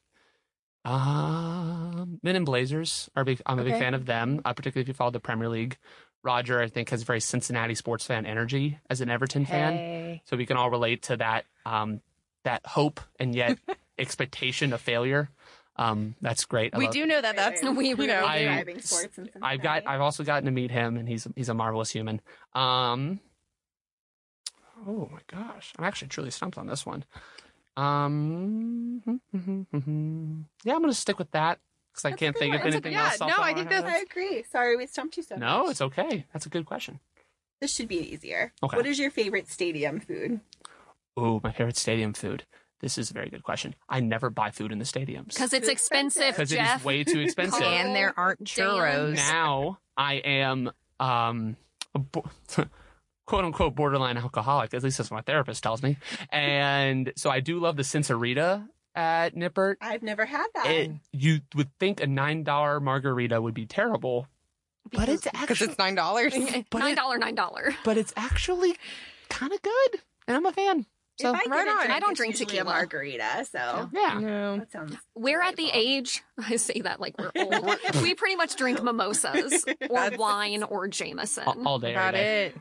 Speaker 2: Um, Men in Blazers are big, I'm a big
Speaker 1: Okay.
Speaker 2: fan of them, uh, particularly if you follow the Premier League. Roger, I think, has very Cincinnati sports fan energy as an Everton fan,
Speaker 1: Hey.
Speaker 2: so we can all relate to that um, that hope and yet expectation of failure. Um, that's great. I
Speaker 1: We
Speaker 2: love-
Speaker 1: do know that that's
Speaker 3: Wait,
Speaker 4: wait,
Speaker 1: you
Speaker 4: wait.
Speaker 1: know.
Speaker 2: I-
Speaker 3: Driving sports and
Speaker 2: I've got. I've also gotten to meet him, and he's he's a marvelous human. Um. Oh my gosh, I'm actually truly stumped on this one. Um. Yeah, I'm gonna stick with that because I
Speaker 3: That's a
Speaker 2: can't
Speaker 3: good
Speaker 2: think
Speaker 3: one.
Speaker 2: of
Speaker 1: That's a-
Speaker 2: anything
Speaker 1: yeah,
Speaker 2: else. off
Speaker 1: no,
Speaker 2: the
Speaker 1: I
Speaker 2: top of
Speaker 1: think
Speaker 2: my head.
Speaker 1: that's-
Speaker 3: I agree. Sorry, we stumped you so much.
Speaker 2: No, it's okay. That's a good question.
Speaker 3: This should be easier.
Speaker 2: Okay.
Speaker 3: What is your favorite stadium food?
Speaker 2: Oh, my favorite stadium food. This is a very good question. I never buy food in the stadiums
Speaker 4: Because it's
Speaker 3: Too
Speaker 4: expensive,
Speaker 3: expensive.
Speaker 2: it
Speaker 4: Jeff.
Speaker 2: is way too expensive.
Speaker 4: Carl.
Speaker 1: Oh, And there aren't churros.
Speaker 2: now I am um a bo- quote unquote borderline alcoholic. At least that's what my therapist tells me. And so I do love the Cincerita at Nippert.
Speaker 3: I've never had that.
Speaker 2: It, you would think a nine dollar margarita would be terrible, but it's
Speaker 1: Because
Speaker 2: actually
Speaker 1: it's nine dollars.
Speaker 2: but
Speaker 4: Nine
Speaker 2: it,
Speaker 4: dollar, nine dollar.
Speaker 2: but it's actually kind of good, and I'm a fan.
Speaker 3: if
Speaker 2: So
Speaker 3: I,
Speaker 1: right
Speaker 3: get a
Speaker 1: on.
Speaker 3: drink,
Speaker 4: I don't
Speaker 3: it's
Speaker 4: drink
Speaker 3: usually
Speaker 4: tequila.
Speaker 3: a margarita, so
Speaker 2: Oh, yeah,
Speaker 1: No.
Speaker 3: that sounds.
Speaker 4: We're at the
Speaker 3: delightful.
Speaker 4: age, I say that like we're old. we pretty much drink mimosas or wine or Jameson.
Speaker 2: all, all day. every
Speaker 1: About
Speaker 2: day.
Speaker 1: it.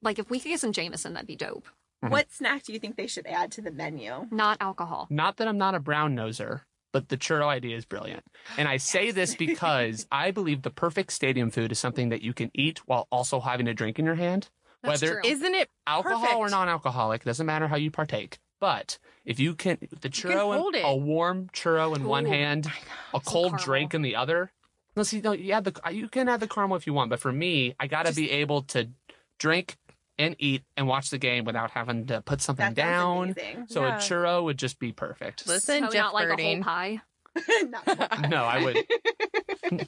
Speaker 4: Like if we could get some Jameson, that'd be dope.
Speaker 2: Mhm.
Speaker 3: What snack do you think they should add to the menu?
Speaker 4: Not alcohol.
Speaker 2: Not that I'm not a brown noser, but the churro idea is brilliant. And I say this because I believe the perfect stadium food is something that you can eat while also having a drink in your hand.
Speaker 4: That's
Speaker 2: Whether
Speaker 4: true.
Speaker 1: Isn't it
Speaker 2: Alcohol or
Speaker 1: Perfect.
Speaker 2: non-alcoholic, doesn't matter how you partake. But if you can,
Speaker 1: can
Speaker 2: the churro, in-
Speaker 1: hold it.
Speaker 2: a warm churro in one
Speaker 4: Ooh.
Speaker 2: hand, a
Speaker 4: Some
Speaker 2: cold
Speaker 4: caramel.
Speaker 2: drink in the other. No, see, no, you add the you can add the caramel if you want, but for me, I gotta be able to drink and eat and watch the game without having to put something
Speaker 3: That sounds
Speaker 2: down.
Speaker 3: amazing.
Speaker 2: So
Speaker 1: Yeah.
Speaker 2: a churro would just be perfect.
Speaker 1: Listen,
Speaker 4: so
Speaker 1: Jeff
Speaker 4: not like a
Speaker 1: Birding.
Speaker 4: whole pie.
Speaker 3: Not pass
Speaker 2: No, I would. it's a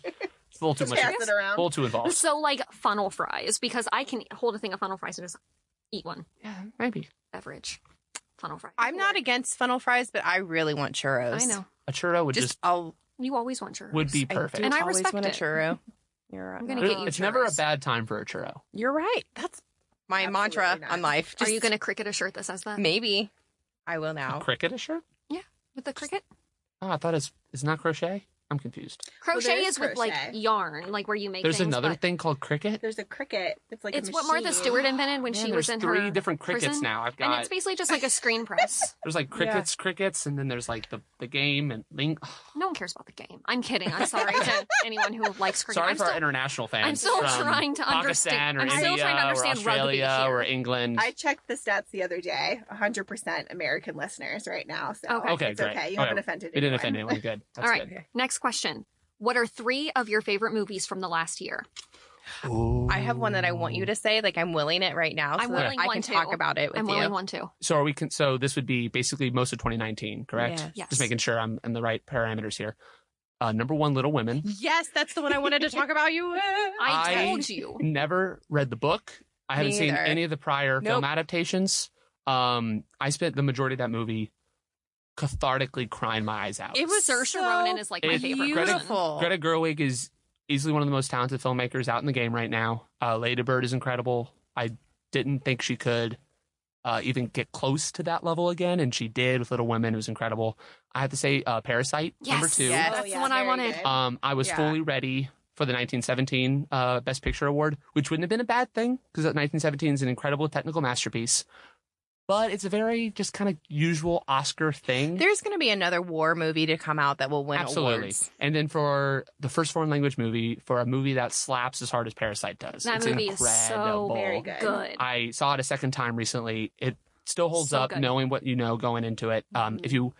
Speaker 2: little too much. A
Speaker 3: it around.
Speaker 2: little too involved.
Speaker 4: So like funnel fries, because I can hold a thing of funnel fries and just eat one
Speaker 2: Yeah, maybe
Speaker 4: beverage. Funnel fries.
Speaker 1: I'm not against funnel fries, but I really want churros.
Speaker 4: I know.
Speaker 2: a churro would
Speaker 1: Just,
Speaker 2: just,
Speaker 1: I'll
Speaker 4: You always want your
Speaker 2: would be
Speaker 1: I do
Speaker 2: perfect.
Speaker 4: And I
Speaker 1: always
Speaker 4: respect
Speaker 1: want a
Speaker 4: it.
Speaker 1: churro. You're right.
Speaker 4: I'm gonna
Speaker 2: It-
Speaker 4: get you
Speaker 2: it's never a
Speaker 4: churros.
Speaker 2: bad time for a churro.
Speaker 1: You're right. That's my
Speaker 3: Absolutely
Speaker 1: mantra
Speaker 3: not.
Speaker 1: on life.
Speaker 4: Are you
Speaker 1: Just-
Speaker 4: going to cricket a shirt that says that?
Speaker 1: Maybe I will
Speaker 2: A
Speaker 1: now.
Speaker 2: cricket a shirt?
Speaker 4: With the cricket?
Speaker 2: Oh, I thought it's it's not crochet. I'm confused.
Speaker 4: Crochet
Speaker 3: there is
Speaker 4: is with like
Speaker 3: crochet.
Speaker 4: yarn, like where you make
Speaker 2: There's
Speaker 4: things,
Speaker 2: another
Speaker 4: but
Speaker 2: thing called cricket.
Speaker 3: There's a cricket. It's like a
Speaker 4: it's what Martha
Speaker 3: machine.
Speaker 4: Stewart invented when
Speaker 2: Man,
Speaker 4: she
Speaker 2: there's
Speaker 4: was in
Speaker 2: three
Speaker 4: her
Speaker 2: different crickets
Speaker 4: prison.
Speaker 2: now. I've
Speaker 4: And
Speaker 2: got
Speaker 4: it's basically just like a screen press.
Speaker 2: there's like
Speaker 1: Yeah.
Speaker 2: crickets, crickets, and then there's like the the game and link.
Speaker 4: No one cares about the game. I'm kidding. I'm sorry to anyone who likes cricket.
Speaker 2: Sorry
Speaker 4: I'm
Speaker 2: for our
Speaker 4: still,
Speaker 2: international fans.
Speaker 4: I'm still
Speaker 2: from
Speaker 4: trying to understand.
Speaker 2: Pakistan or
Speaker 4: I'm
Speaker 2: India
Speaker 4: still trying to understand
Speaker 2: or
Speaker 4: rugby
Speaker 2: Australia
Speaker 4: here.
Speaker 2: or England.
Speaker 3: I checked the stats the other day. 100% American listeners right now. So
Speaker 4: Okay.
Speaker 2: Okay,
Speaker 3: it's
Speaker 2: great.
Speaker 3: okay. You
Speaker 2: Okay.
Speaker 3: haven't offended
Speaker 2: we didn't
Speaker 3: anyone.
Speaker 2: offend anyone. Good. That's
Speaker 4: All right.
Speaker 2: good.
Speaker 4: Next question. What are three of your favorite movies from the last year?
Speaker 1: I have one that I want you to say. Like I'm willing it right now, so
Speaker 4: I'm
Speaker 1: that
Speaker 4: willing
Speaker 1: I
Speaker 4: one
Speaker 1: can
Speaker 4: too.
Speaker 1: talk about it with
Speaker 4: I'm
Speaker 1: you.
Speaker 4: willing one too.
Speaker 2: So are we? Con- so this would be basically most of 2019, correct?
Speaker 1: Yes.
Speaker 4: Yes.
Speaker 2: Just making sure I'm in the right parameters here. Uh, number one, Little Women.
Speaker 1: Yes, that's the one I wanted to talk about. You. with.
Speaker 4: I,
Speaker 2: I-
Speaker 4: told you.
Speaker 2: Never read the book. I
Speaker 1: Mm-hmm. Me
Speaker 2: haven't seen
Speaker 1: neither.
Speaker 2: any of the prior
Speaker 1: Nope.
Speaker 2: film adaptations. Um, I spent the majority of that movie cathartically crying my eyes out.
Speaker 1: It was
Speaker 4: Saoirse
Speaker 1: so
Speaker 4: Ronan is like my
Speaker 2: It's
Speaker 4: favorite person.
Speaker 1: beautiful.
Speaker 2: Greta Gerwig is easily one of the most talented filmmakers out in the game right now. Uh, Lady Bird is incredible. I didn't think she could. uh, even get close to that level again. And she did with Little Women. It was incredible. I have to say, uh, Parasite,
Speaker 4: Yes.
Speaker 2: number two.
Speaker 1: Yes.
Speaker 4: That's
Speaker 3: Oh, yeah,
Speaker 4: the one I
Speaker 3: very
Speaker 4: wanted.
Speaker 3: good.
Speaker 2: Um, I was
Speaker 1: Yeah.
Speaker 2: fully ready for the 1917 uh, Best Picture Award, which wouldn't have been a bad thing because 1917 is an incredible technical masterpiece. But it's a very just kind of usual Oscar thing.
Speaker 1: There's going to be another war movie to come out that will win
Speaker 2: Absolutely.
Speaker 1: awards.
Speaker 2: And then for the first foreign language movie, for a movie that slaps as hard as Parasite does,
Speaker 4: That
Speaker 2: it's
Speaker 4: movie is
Speaker 2: incredible.
Speaker 4: so
Speaker 3: Very good.
Speaker 4: good.
Speaker 2: I saw it a second time recently. It still holds
Speaker 4: So
Speaker 2: up,
Speaker 4: good.
Speaker 2: knowing what you know going into it. Um,
Speaker 4: Mhm.
Speaker 2: if you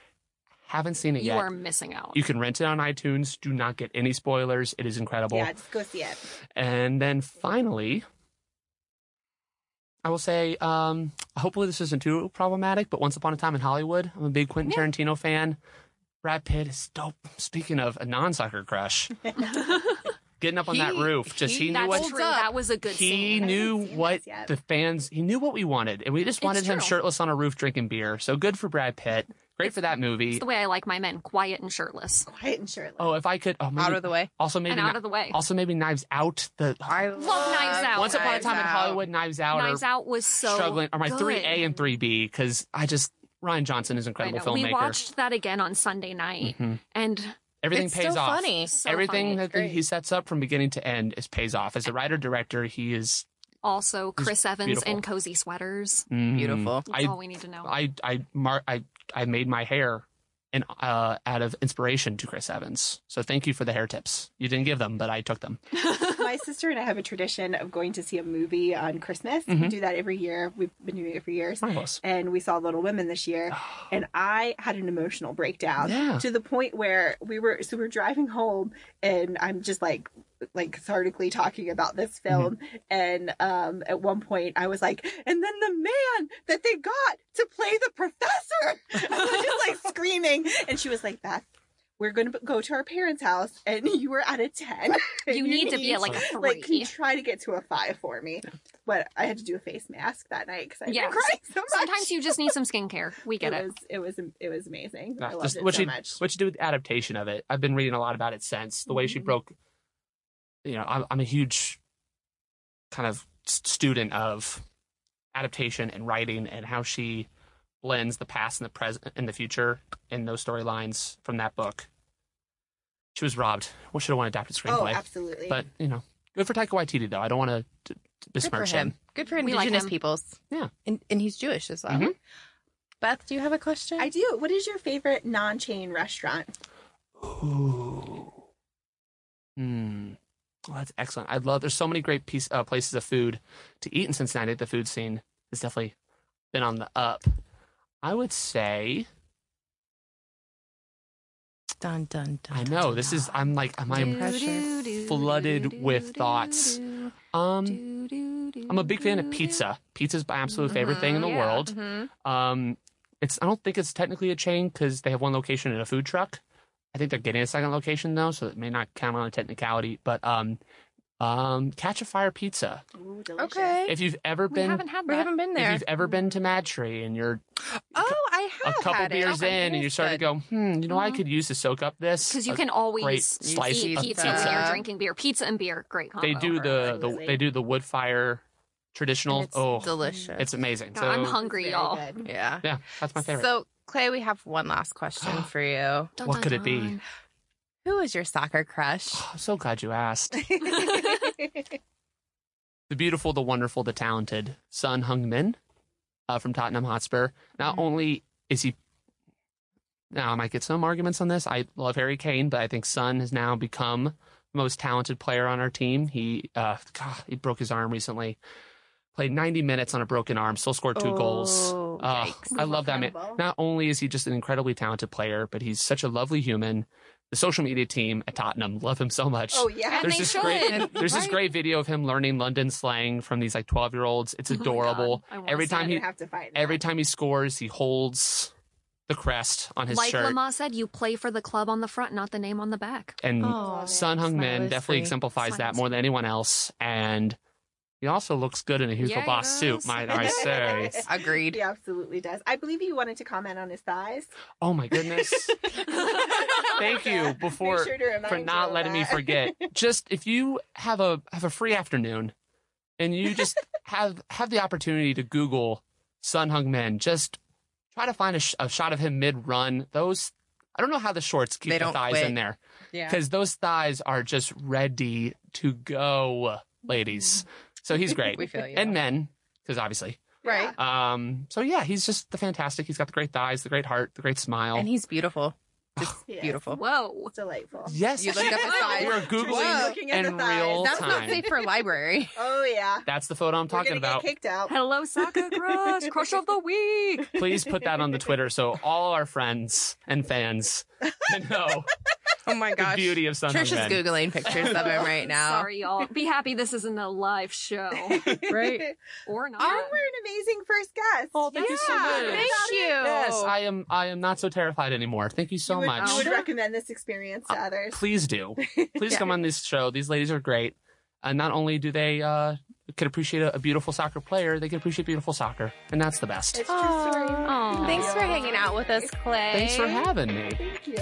Speaker 2: haven't seen it
Speaker 4: You
Speaker 2: yet,
Speaker 4: are missing out.
Speaker 2: you can rent it on iTunes. Do not get any spoilers. It is incredible.
Speaker 3: Yeah, just go see it.
Speaker 2: And then finally, I will say, um, hopefully this isn't too problematic, but Once Upon a Time in Hollywood, I'm a big Quentin Tarantino fan. Brad Pitt is dope. Speaking of a non sucker crush, getting up on that
Speaker 1: He-
Speaker 2: roof, just
Speaker 1: he-
Speaker 2: he, knew
Speaker 4: That's
Speaker 2: what
Speaker 1: holds
Speaker 4: true.
Speaker 1: up.
Speaker 4: That was a good
Speaker 2: he
Speaker 4: scene.
Speaker 2: knew
Speaker 3: haven't seen
Speaker 2: what
Speaker 3: this yet.
Speaker 2: the fans he knew what we wanted, and we just wanted him
Speaker 4: true.
Speaker 2: shirtless on a roof drinking beer. So good for Brad Pitt. Great for that movie.
Speaker 4: It's the way I like my men, quiet and shirtless.
Speaker 3: Quiet and shirtless.
Speaker 2: Oh, if I could, oh, maybe,
Speaker 1: Out of the way.
Speaker 2: also maybe
Speaker 4: and out
Speaker 2: Kni-
Speaker 4: of the way.
Speaker 2: also maybe Knives Out. The
Speaker 1: I love
Speaker 4: Knives Out.
Speaker 2: Once Upon a
Speaker 1: Knives
Speaker 2: Time in
Speaker 1: Out.
Speaker 2: Hollywood, Knives Out,
Speaker 4: Knives
Speaker 2: are
Speaker 4: Out was so
Speaker 2: struggling. Are my
Speaker 4: good.
Speaker 2: three A and three B because I just Ryan Johnson is
Speaker 4: I
Speaker 2: an incredible
Speaker 4: know.
Speaker 2: filmmaker.
Speaker 4: We watched that again on Sunday night,
Speaker 2: Mhm.
Speaker 4: and
Speaker 2: Everything
Speaker 1: it's
Speaker 2: pays
Speaker 1: so
Speaker 2: off.
Speaker 1: funny.
Speaker 4: so
Speaker 2: Everything
Speaker 4: funny.
Speaker 2: that
Speaker 1: Great.
Speaker 2: he sets up from beginning to end is pays off. As a writer director, he is
Speaker 4: Also, Chris Evans
Speaker 2: beautiful.
Speaker 4: in cozy sweaters.
Speaker 2: mm,
Speaker 1: Beautiful.
Speaker 4: That's
Speaker 2: I
Speaker 4: all we need to know.
Speaker 2: I I mar- I I made my hair and uh, out of inspiration to Chris Evans. So thank you for the hair tips. You didn't give them, but I took them.
Speaker 3: My sister and I have a tradition of going to see a movie on Christmas. We
Speaker 4: Mm-hmm.
Speaker 2: Mhm.
Speaker 3: do that every year. We've been doing it for years.
Speaker 2: Marvelous.
Speaker 3: And we saw Little Women this year. And I had an emotional breakdown
Speaker 2: Yeah.
Speaker 3: to the point where we were, so we we're driving home and I'm just like, like cathartically talking about this
Speaker 4: Mm-hmm.
Speaker 3: film. And um, at one point I was like, and then the man that they got to play the professor, I was just like screaming. And she was like, Beth, we're going to go to our parents' house and you were at a 10.
Speaker 4: you need to be at like a
Speaker 3: to,
Speaker 4: three.
Speaker 3: like, can you try to get to a five for me? But I had to do a face mask that night because I
Speaker 4: Yeah.
Speaker 3: been crying so much.
Speaker 4: Sometimes you just need some skincare. We get
Speaker 3: it,
Speaker 4: it.
Speaker 3: was it was it was amazing. I
Speaker 2: Nah,
Speaker 3: loved
Speaker 2: just
Speaker 3: it
Speaker 2: what
Speaker 3: so
Speaker 2: she-
Speaker 3: much.
Speaker 2: What you do with the adaptation of it? I've been reading a lot about it since the way she
Speaker 3: Mhm.
Speaker 2: broke. You know, I'm, I'm a huge kind of s- student of adaptation and writing and how she blends the past and the present and the future in those storylines from that book. She was robbed. What should have won adapted
Speaker 3: oh,
Speaker 2: screenplay?
Speaker 3: absolutely.
Speaker 2: But you know, good for Taika Waititi though. I don't want to
Speaker 1: Good for
Speaker 2: besmirch him.
Speaker 1: him. Good for
Speaker 4: We like
Speaker 1: indigenous
Speaker 4: him.
Speaker 1: peoples.
Speaker 2: Yeah.
Speaker 1: And, and he's Jewish as well.
Speaker 2: Mhm.
Speaker 1: Beth, do you have a question?
Speaker 3: I do. What is your favorite non-chain restaurant?
Speaker 2: Ooh. Hmm. Well, that's excellent. I love. There's so many great piece, uh, places of food to eat in Cincinnati. The food scene has definitely been on the up. I would say.
Speaker 1: dun, dun, dun,
Speaker 2: I know this is. I'm like. Am I? flooded with thoughts. Um. I'm
Speaker 4: I'm
Speaker 2: a big fan of pizza. Pizza's my absolute favorite thing in the
Speaker 4: Mhm, yeah.
Speaker 2: world.
Speaker 1: Mhm.
Speaker 2: Um, it's I don't think it's technically a chain because they have one location and a food truck. I think they're getting a second location though, so it may not count on a technicality. But um, um, Catch a Fire Pizza.
Speaker 3: Ooh, delicious.
Speaker 1: Okay.
Speaker 2: If you've ever
Speaker 4: We
Speaker 2: been,
Speaker 4: haven't had
Speaker 1: we
Speaker 4: that.
Speaker 1: haven't been
Speaker 2: if
Speaker 1: there.
Speaker 2: you've ever been to Mad Tree and you're
Speaker 1: Oh, I
Speaker 2: a
Speaker 1: have.
Speaker 2: couple
Speaker 1: had it. Oh,
Speaker 2: beers
Speaker 1: Okay,
Speaker 2: in
Speaker 1: it
Speaker 2: and you
Speaker 1: is
Speaker 2: start to
Speaker 1: good. Mm-hmm.
Speaker 2: go, hmm, you know, I could use to soak up this.
Speaker 4: Because you
Speaker 2: Uh,
Speaker 4: can always
Speaker 2: great
Speaker 4: eat
Speaker 2: slice
Speaker 4: pizza,
Speaker 2: of
Speaker 4: when
Speaker 1: pizza.
Speaker 4: you're drinking beer. Pizza and beer, great combo.
Speaker 2: They do the, the
Speaker 3: Absolutely.
Speaker 2: they do the wood fire
Speaker 1: And
Speaker 2: traditional.
Speaker 1: It's
Speaker 2: oh,
Speaker 1: delicious.
Speaker 2: it's amazing.
Speaker 4: God,
Speaker 2: so
Speaker 4: I'm
Speaker 3: It's
Speaker 4: hungry,
Speaker 3: very
Speaker 4: y'all.
Speaker 3: good.
Speaker 1: yeah.
Speaker 2: yeah, that's my favorite.
Speaker 1: So, Clay, we have one last question for you.
Speaker 4: Dun,
Speaker 2: What
Speaker 4: dun,
Speaker 2: could it be?
Speaker 4: dun.
Speaker 1: Who is your soccer crush?
Speaker 2: I'm so glad you asked. the beautiful, the wonderful, the talented Son Heung-min uh, from Tottenham Hotspur. Not only is he now I might get some arguments on this. I love Harry Kane, but I think Son has now become the most talented player on our team. He uh, God, he broke his arm recently. Played 90 minutes on a broken arm, still scored two goals.
Speaker 1: Oh,
Speaker 2: Uh,
Speaker 1: yikes.
Speaker 2: I love that man.
Speaker 3: Incredible.
Speaker 2: Not only is he just an incredibly talented player, but he's such a lovely human. The social media team at Tottenham love him so much
Speaker 3: Oh yeah.
Speaker 4: And
Speaker 2: there's
Speaker 4: they
Speaker 2: this
Speaker 4: should.
Speaker 2: great there's this
Speaker 1: Right.
Speaker 2: great video of him learning London slang from these like 12 year olds. It's
Speaker 4: Oh my God,
Speaker 2: adorable.
Speaker 4: I wanna
Speaker 2: every
Speaker 4: see
Speaker 2: time
Speaker 3: I
Speaker 2: he
Speaker 3: have to find
Speaker 2: every
Speaker 3: that.
Speaker 2: time he scores, he holds the crest on his
Speaker 4: Like
Speaker 2: shirt.
Speaker 4: Lama said, you play for the club on the front, not the name on the back.
Speaker 2: and
Speaker 1: Oh,
Speaker 2: Sun Hung
Speaker 1: smile
Speaker 2: Min
Speaker 1: is
Speaker 2: definitely
Speaker 1: free.
Speaker 2: exemplifies
Speaker 4: Smile
Speaker 2: that
Speaker 4: is
Speaker 2: more than anyone else. And he also looks good in a Hugo
Speaker 4: Yeah, he
Speaker 2: Boss suit,
Speaker 4: does.
Speaker 2: might I say.
Speaker 1: Agreed.
Speaker 3: He absolutely does. I believe you wanted to comment on his thighs.
Speaker 2: Oh my goodness. Thank you before
Speaker 3: Make sure to remind
Speaker 2: for
Speaker 3: you
Speaker 2: not
Speaker 3: of
Speaker 2: letting me
Speaker 3: that.
Speaker 2: forget. Just if you have a have a free afternoon and you just have have the opportunity to Google Sun Hung Min. Just try to find a, sh- a shot of him mid run. Those, I don't know how the shorts keep
Speaker 1: They
Speaker 2: the
Speaker 1: don't
Speaker 2: thighs
Speaker 1: quit.
Speaker 2: in there
Speaker 1: Yeah.
Speaker 2: because those thighs are just ready to go, ladies. So he's great.
Speaker 1: Mm-hmm. We feel you.
Speaker 2: and men, because obviously.
Speaker 1: Right.
Speaker 2: Um, so yeah, he's just the fantastic. He's got the great thighs, the great heart, the great smile.
Speaker 1: And he's beautiful.
Speaker 3: Yeah.
Speaker 1: Beautiful.
Speaker 4: Whoa.
Speaker 3: Delightful.
Speaker 2: yes,
Speaker 1: You looked up his thighs.
Speaker 2: You're
Speaker 1: Whoa.
Speaker 2: googling
Speaker 3: Looking at the
Speaker 2: in
Speaker 3: thighs.
Speaker 2: real
Speaker 1: That's not
Speaker 2: time.
Speaker 1: safe for library.
Speaker 3: Oh yeah.
Speaker 2: That's the photo I'm
Speaker 3: We're
Speaker 2: talking
Speaker 3: gonna
Speaker 2: about.
Speaker 3: Get kicked out.
Speaker 4: Hello, Saka Crush. Crush of the week.
Speaker 2: Please put that on the Twitter so all our friends and fans can know
Speaker 1: Oh my
Speaker 2: the
Speaker 1: gosh.
Speaker 2: beauty of Sun
Speaker 1: Trish is
Speaker 2: Hung Men.
Speaker 1: googling pictures of him right now.
Speaker 4: Sorry, y'all. Be happy this isn't a live show
Speaker 1: Right.
Speaker 4: or not.
Speaker 3: And we're an amazing first guest.
Speaker 2: Oh, thank you so
Speaker 1: Yeah,
Speaker 2: much.
Speaker 1: Thank you.
Speaker 2: Yes, I am. I am not so terrified anymore. Thank you so
Speaker 3: Oh. you would,
Speaker 2: much.
Speaker 3: You would recommend this experience to others.
Speaker 2: Please do. Please come on this show. These ladies are great. And not only do they uh, can appreciate a, a beautiful soccer player, they can appreciate beautiful soccer, and that's the best.
Speaker 3: It's true story.
Speaker 4: Aw.
Speaker 1: Thanks for hanging out with us, Clay.
Speaker 2: Thanks for having me.
Speaker 3: Thank you.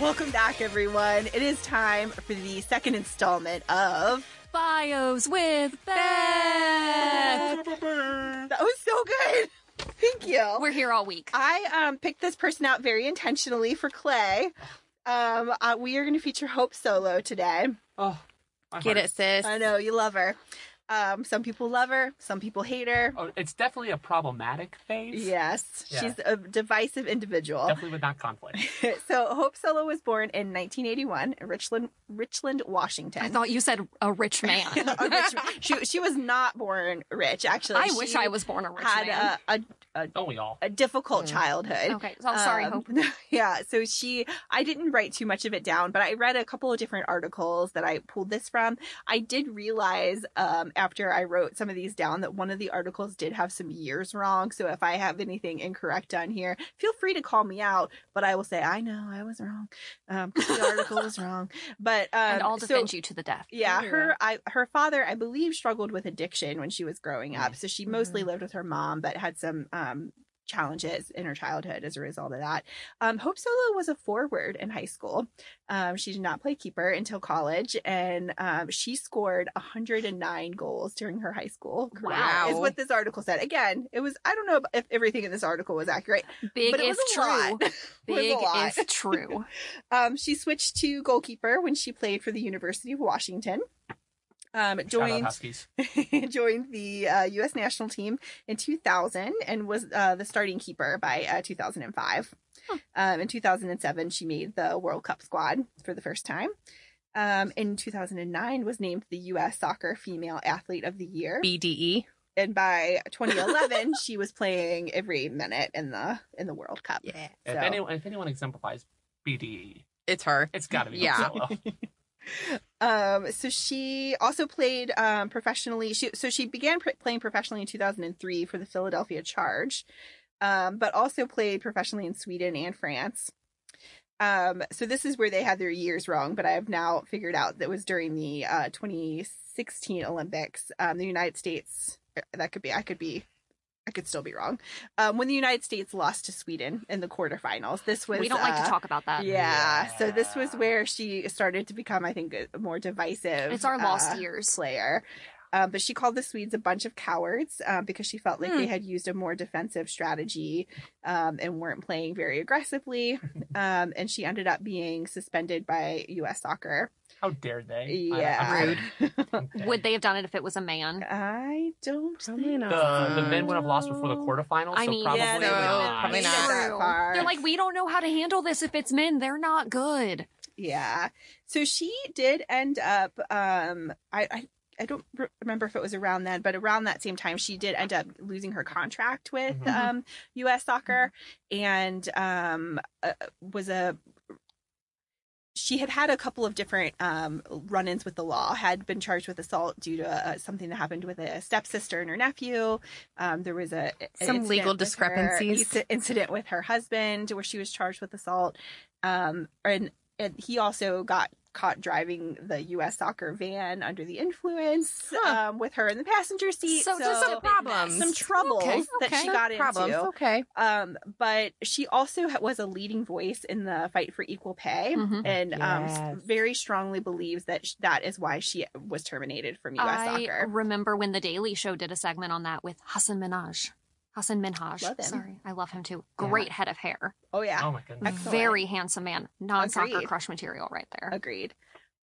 Speaker 3: Welcome back, everyone. It is time for the second installment of.
Speaker 4: Bios with Beth.
Speaker 3: That was so good. Thank you.
Speaker 4: We're here all week.
Speaker 3: I um, picked this person out very intentionally for Clay. Um, uh, we are going to feature Hope Solo today.
Speaker 2: Oh,
Speaker 1: Get it, sis.
Speaker 3: I know you love her. Um, some people love her, some people hate her.
Speaker 2: Oh, it's definitely a problematic phase.
Speaker 3: Yes,
Speaker 2: Yeah.
Speaker 3: she's a divisive individual.
Speaker 2: Definitely would not conflict.
Speaker 3: so Hope Solo was born in 1981 in Richland, Richland, Washington.
Speaker 4: I thought you said a rich man.
Speaker 3: A rich- she she was not born rich. Actually,
Speaker 4: I
Speaker 3: She
Speaker 4: wish I was born a rich
Speaker 3: had
Speaker 4: man.
Speaker 3: a, a
Speaker 2: Don't we all?
Speaker 3: a difficult
Speaker 1: Mm.
Speaker 3: childhood.
Speaker 4: Okay, so I'm sorry,
Speaker 3: Um,
Speaker 4: Hope.
Speaker 3: Yeah, so she, I didn't write too much of it down, but I read a couple of different articles that I pulled this from. I did realize um, after I wrote some of these down that one of the articles did have some years wrong. So if I have anything incorrect on here, feel free to call me out, but I will say, I know I was wrong. Um, the article was wrong. But, um,
Speaker 4: and I'll
Speaker 3: so-
Speaker 4: defend you to the death.
Speaker 3: yeah,
Speaker 1: Yeah.
Speaker 3: her I her father I believe struggled with addiction when she was growing up. So she mostly
Speaker 2: Mm-hmm.
Speaker 3: lived with her mom but had some um challenges in her childhood as a result of that. Um Hope Solo was a forward in high school. Um she did not play keeper until college and um she scored 109 goals during her high school career.
Speaker 1: Wow.
Speaker 3: Is what this article said. Again, it was I don't know if everything in this article was accurate.
Speaker 4: Big
Speaker 3: But it
Speaker 4: if
Speaker 3: was a
Speaker 4: true.
Speaker 3: lot. It was a
Speaker 4: Big
Speaker 3: lot.
Speaker 4: if true.
Speaker 3: Um she switched to goalkeeper when she played for the University of Washington. Um
Speaker 2: Shout out
Speaker 3: joined
Speaker 2: Huskies.
Speaker 3: joined the uh, U.S. national team in 2000 and was uh, the starting keeper by uh, 2005. Um, in 2007, she made the World Cup squad for the first time. Um, in 2009, was named the U.S. Soccer Female Athlete of the Year,
Speaker 1: BDE.
Speaker 3: and by 2011, she was playing every minute in the in the World Cup.
Speaker 1: Yeah.
Speaker 2: If,
Speaker 3: So-
Speaker 2: anyone, if anyone exemplifies BDE,
Speaker 1: It's her.
Speaker 2: it's got to be
Speaker 1: Yeah.
Speaker 2: yeah. Solo.
Speaker 3: Um, so she also played um, professionally. She so she began pr- playing professionally in 2003 for the Philadelphia Charge, um, but also played professionally in Sweden and France. Um, so this is where they had their years wrong, but I have now figured out that was during the uh, 2016 Olympics. Um, the United States uh, that could be I could be I could still be wrong. Um, when the United States lost to Sweden in the quarterfinals, this was
Speaker 4: we don't like
Speaker 3: uh,
Speaker 4: to talk about that.
Speaker 3: yeah. So this was
Speaker 2: Yeah.
Speaker 3: where she started to become, I think, a more divisive.
Speaker 4: It's our lost
Speaker 3: uh,
Speaker 4: years.
Speaker 3: Player. Um, but she called the Swedes a bunch of cowards uh, because she felt like
Speaker 4: Hmm.
Speaker 3: they had used a more defensive strategy um, and weren't playing very aggressively. Um, and she ended up being suspended by U.S. Soccer.
Speaker 2: How dare they?
Speaker 3: Yeah.
Speaker 2: I, I'm sorry.
Speaker 4: Would they have done it if it was a man?
Speaker 3: I don't
Speaker 1: Probably
Speaker 3: think
Speaker 1: not.
Speaker 2: The, the men would have lost before the quarterfinals,
Speaker 4: I
Speaker 2: so
Speaker 4: mean,
Speaker 2: probably,
Speaker 3: Yeah, no,
Speaker 2: not.
Speaker 1: probably
Speaker 3: not. that
Speaker 4: True.
Speaker 3: far.
Speaker 4: They're like, we don't know how to handle this if it's men. They're not good.
Speaker 3: Yeah. So she did end up um I I I don't re- remember if it was around then, but around that same time, she did end up losing her contract with
Speaker 2: Mhm.
Speaker 1: Mm-hmm.
Speaker 3: um, U.S. Soccer, and um, uh, was a. She had had a couple of different um, run-ins with the law. Had been charged with assault due to uh, something that happened with a stepsister and her nephew. Um, there was a an
Speaker 1: Some
Speaker 3: incident
Speaker 1: legal
Speaker 3: with her-
Speaker 1: discrepancies.
Speaker 3: inci- incident with her husband where she was charged with assault, um, and and he also got caught driving the U.S. soccer van under the influence
Speaker 1: Huh.
Speaker 3: um, with her in the passenger seat.
Speaker 4: So
Speaker 3: So,
Speaker 4: just
Speaker 1: some
Speaker 4: a big
Speaker 1: problems.
Speaker 3: some troubles
Speaker 4: Okay,
Speaker 3: that
Speaker 4: okay.
Speaker 3: she got
Speaker 1: Problems.
Speaker 3: into.
Speaker 1: Okay.
Speaker 3: Um, but she also ha- was a leading voice in the fight for equal pay.
Speaker 4: Mhm.
Speaker 3: And
Speaker 1: Yes.
Speaker 3: um, very strongly believes that sh- that is why she was terminated from U.S.
Speaker 4: I
Speaker 3: soccer.
Speaker 4: remember when the Daily Show did a segment on that with Hassan Minaj. Hassan Minhaj.
Speaker 3: Love him.
Speaker 4: Sorry, I love him too.
Speaker 2: Yeah.
Speaker 4: Great head of hair.
Speaker 3: Oh yeah,
Speaker 2: Oh my goodness.
Speaker 3: Excellent.
Speaker 4: Very handsome man. Non soccer
Speaker 3: Agreed.
Speaker 4: crush material right there.
Speaker 3: Agreed.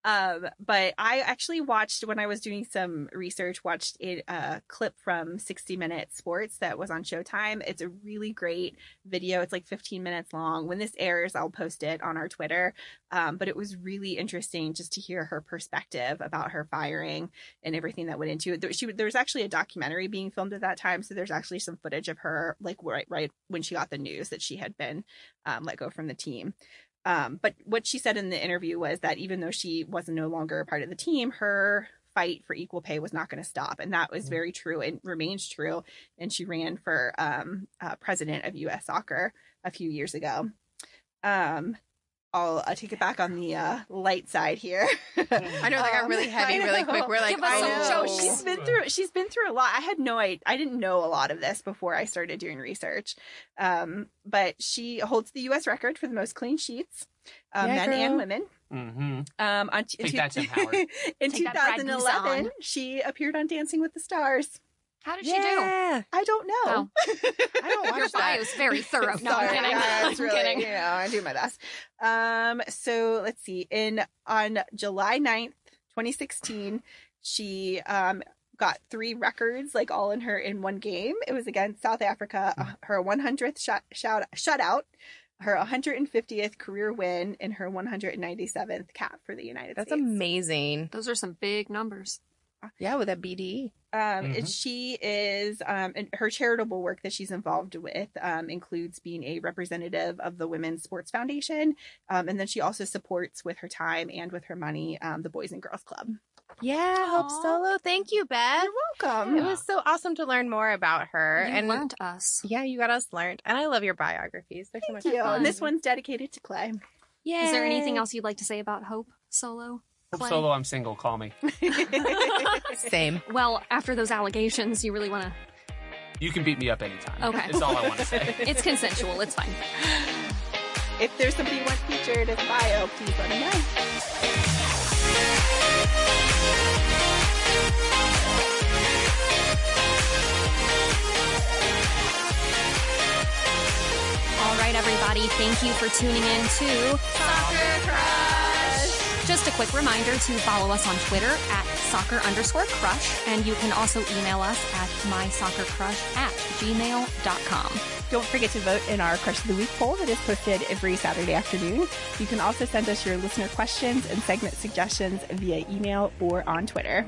Speaker 3: Um, but I actually watched when I was doing some research, watched a, a clip from 60 Minute Sports that was on Showtime. It's a really great video. It's like 15 minutes long. When this airs, I'll post it on our Twitter. Um, but it was really interesting just to hear her perspective about her firing and everything that went into it. There, she, there was actually a documentary being filmed at that time, so there's actually some footage of her like right right when she got the news that she had been um, let go from the team. Um, but what she said in the interview was that even though she was no longer a part of the team, her fight for equal pay was not going to stop. And that was
Speaker 2: Mhm.
Speaker 3: very true and remains true. And she ran for um, uh, president of U.S. soccer a few years ago. Um, I'll, i take it back on the uh, light side here.
Speaker 1: I know they got
Speaker 3: Um,
Speaker 1: really heavy
Speaker 3: I
Speaker 1: really quick.
Speaker 3: know.
Speaker 1: We're like,
Speaker 4: Give us
Speaker 1: oh,
Speaker 4: some
Speaker 1: no.
Speaker 4: jokes.
Speaker 3: She's been through she's been through a lot. I had no I, I didn't know a lot of this before I started doing research. Um, but she holds the US record for the most clean sheets, uh,
Speaker 1: Yeah,
Speaker 3: men and
Speaker 1: girl.
Speaker 3: women.
Speaker 2: Mm-hmm.
Speaker 3: Um, on t- in
Speaker 2: Take
Speaker 3: two-
Speaker 2: that, Tim Howard.
Speaker 3: in
Speaker 4: Take that Brad Goose
Speaker 3: 2011,
Speaker 4: on.
Speaker 3: she appeared on Dancing with the Stars.
Speaker 4: How did
Speaker 1: yeah.
Speaker 3: I don't know.
Speaker 1: I don't
Speaker 4: she do? Your
Speaker 1: watch that.
Speaker 4: bio's very thorough. No, I'm
Speaker 3: Sorry,
Speaker 4: kidding.
Speaker 3: yeah, it's
Speaker 4: I'm
Speaker 3: really,
Speaker 4: kidding.
Speaker 3: You know, I do my best. Um, so let's see. In on July 9th, 2016, she um got three records like all in her in one game. It was against South Africa,
Speaker 1: Hmm.
Speaker 3: uh, her 100th shut shout shutout, her 150th career win, and her 197th cap for the United
Speaker 1: That's
Speaker 3: States.
Speaker 1: amazing.
Speaker 4: Those are some big numbers.
Speaker 1: Yeah, with a BDE.
Speaker 3: Um, and she is, um, and her charitable work that she's involved with um, includes being a representative of the Women's Sports Foundation, um, and then she also supports with her time and with her money um, the Boys and Girls Club.
Speaker 1: Yeah, Hope
Speaker 4: Aw.
Speaker 1: Solo. Thank you, Beth.
Speaker 3: welcome.
Speaker 1: It was so awesome to learn more about her.
Speaker 4: You
Speaker 1: and
Speaker 4: learned us.
Speaker 1: yeah, you got us learned. And I love your biographies. They're so much
Speaker 3: Thank you.
Speaker 1: fun.
Speaker 3: And this one's dedicated to Clay.
Speaker 1: yeah.
Speaker 4: Is there anything else you'd like to say about Hope Solo?
Speaker 2: Hope
Speaker 4: Clay?
Speaker 2: Solo, I'm single. Call me.
Speaker 1: Same.
Speaker 4: Well, after those allegations, you really want to.
Speaker 2: You can beat me up anytime.
Speaker 4: Okay.
Speaker 2: It's all I want to say.
Speaker 4: It's consensual. It's fine.
Speaker 3: if there's somebody you want featured as bio, please let me know.
Speaker 4: All right, everybody. Thank you for tuning in to Soccer Crush. Just a quick reminder to follow us on Twitter at soccer underscore crush, and you can also email us at mysoccercrush at gmail.com.
Speaker 3: Don't forget to vote in our Crush of the Week poll that is posted every Saturday afternoon. You can also send us your listener questions and segment suggestions via email or on Twitter.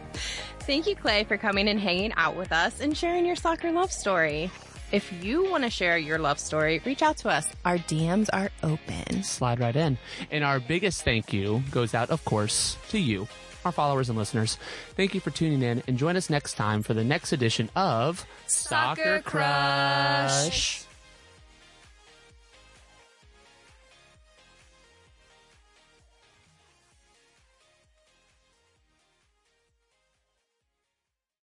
Speaker 1: Thank you, Clay, for coming and hanging out with us and sharing your soccer love story. If you want to share your love story, reach out to us. Our DMs are open.
Speaker 2: Slide right in. And our biggest thank you goes out, of course, to you, our followers and listeners. Thank you for tuning in and join us next time for the next edition of
Speaker 4: Soccer Crush.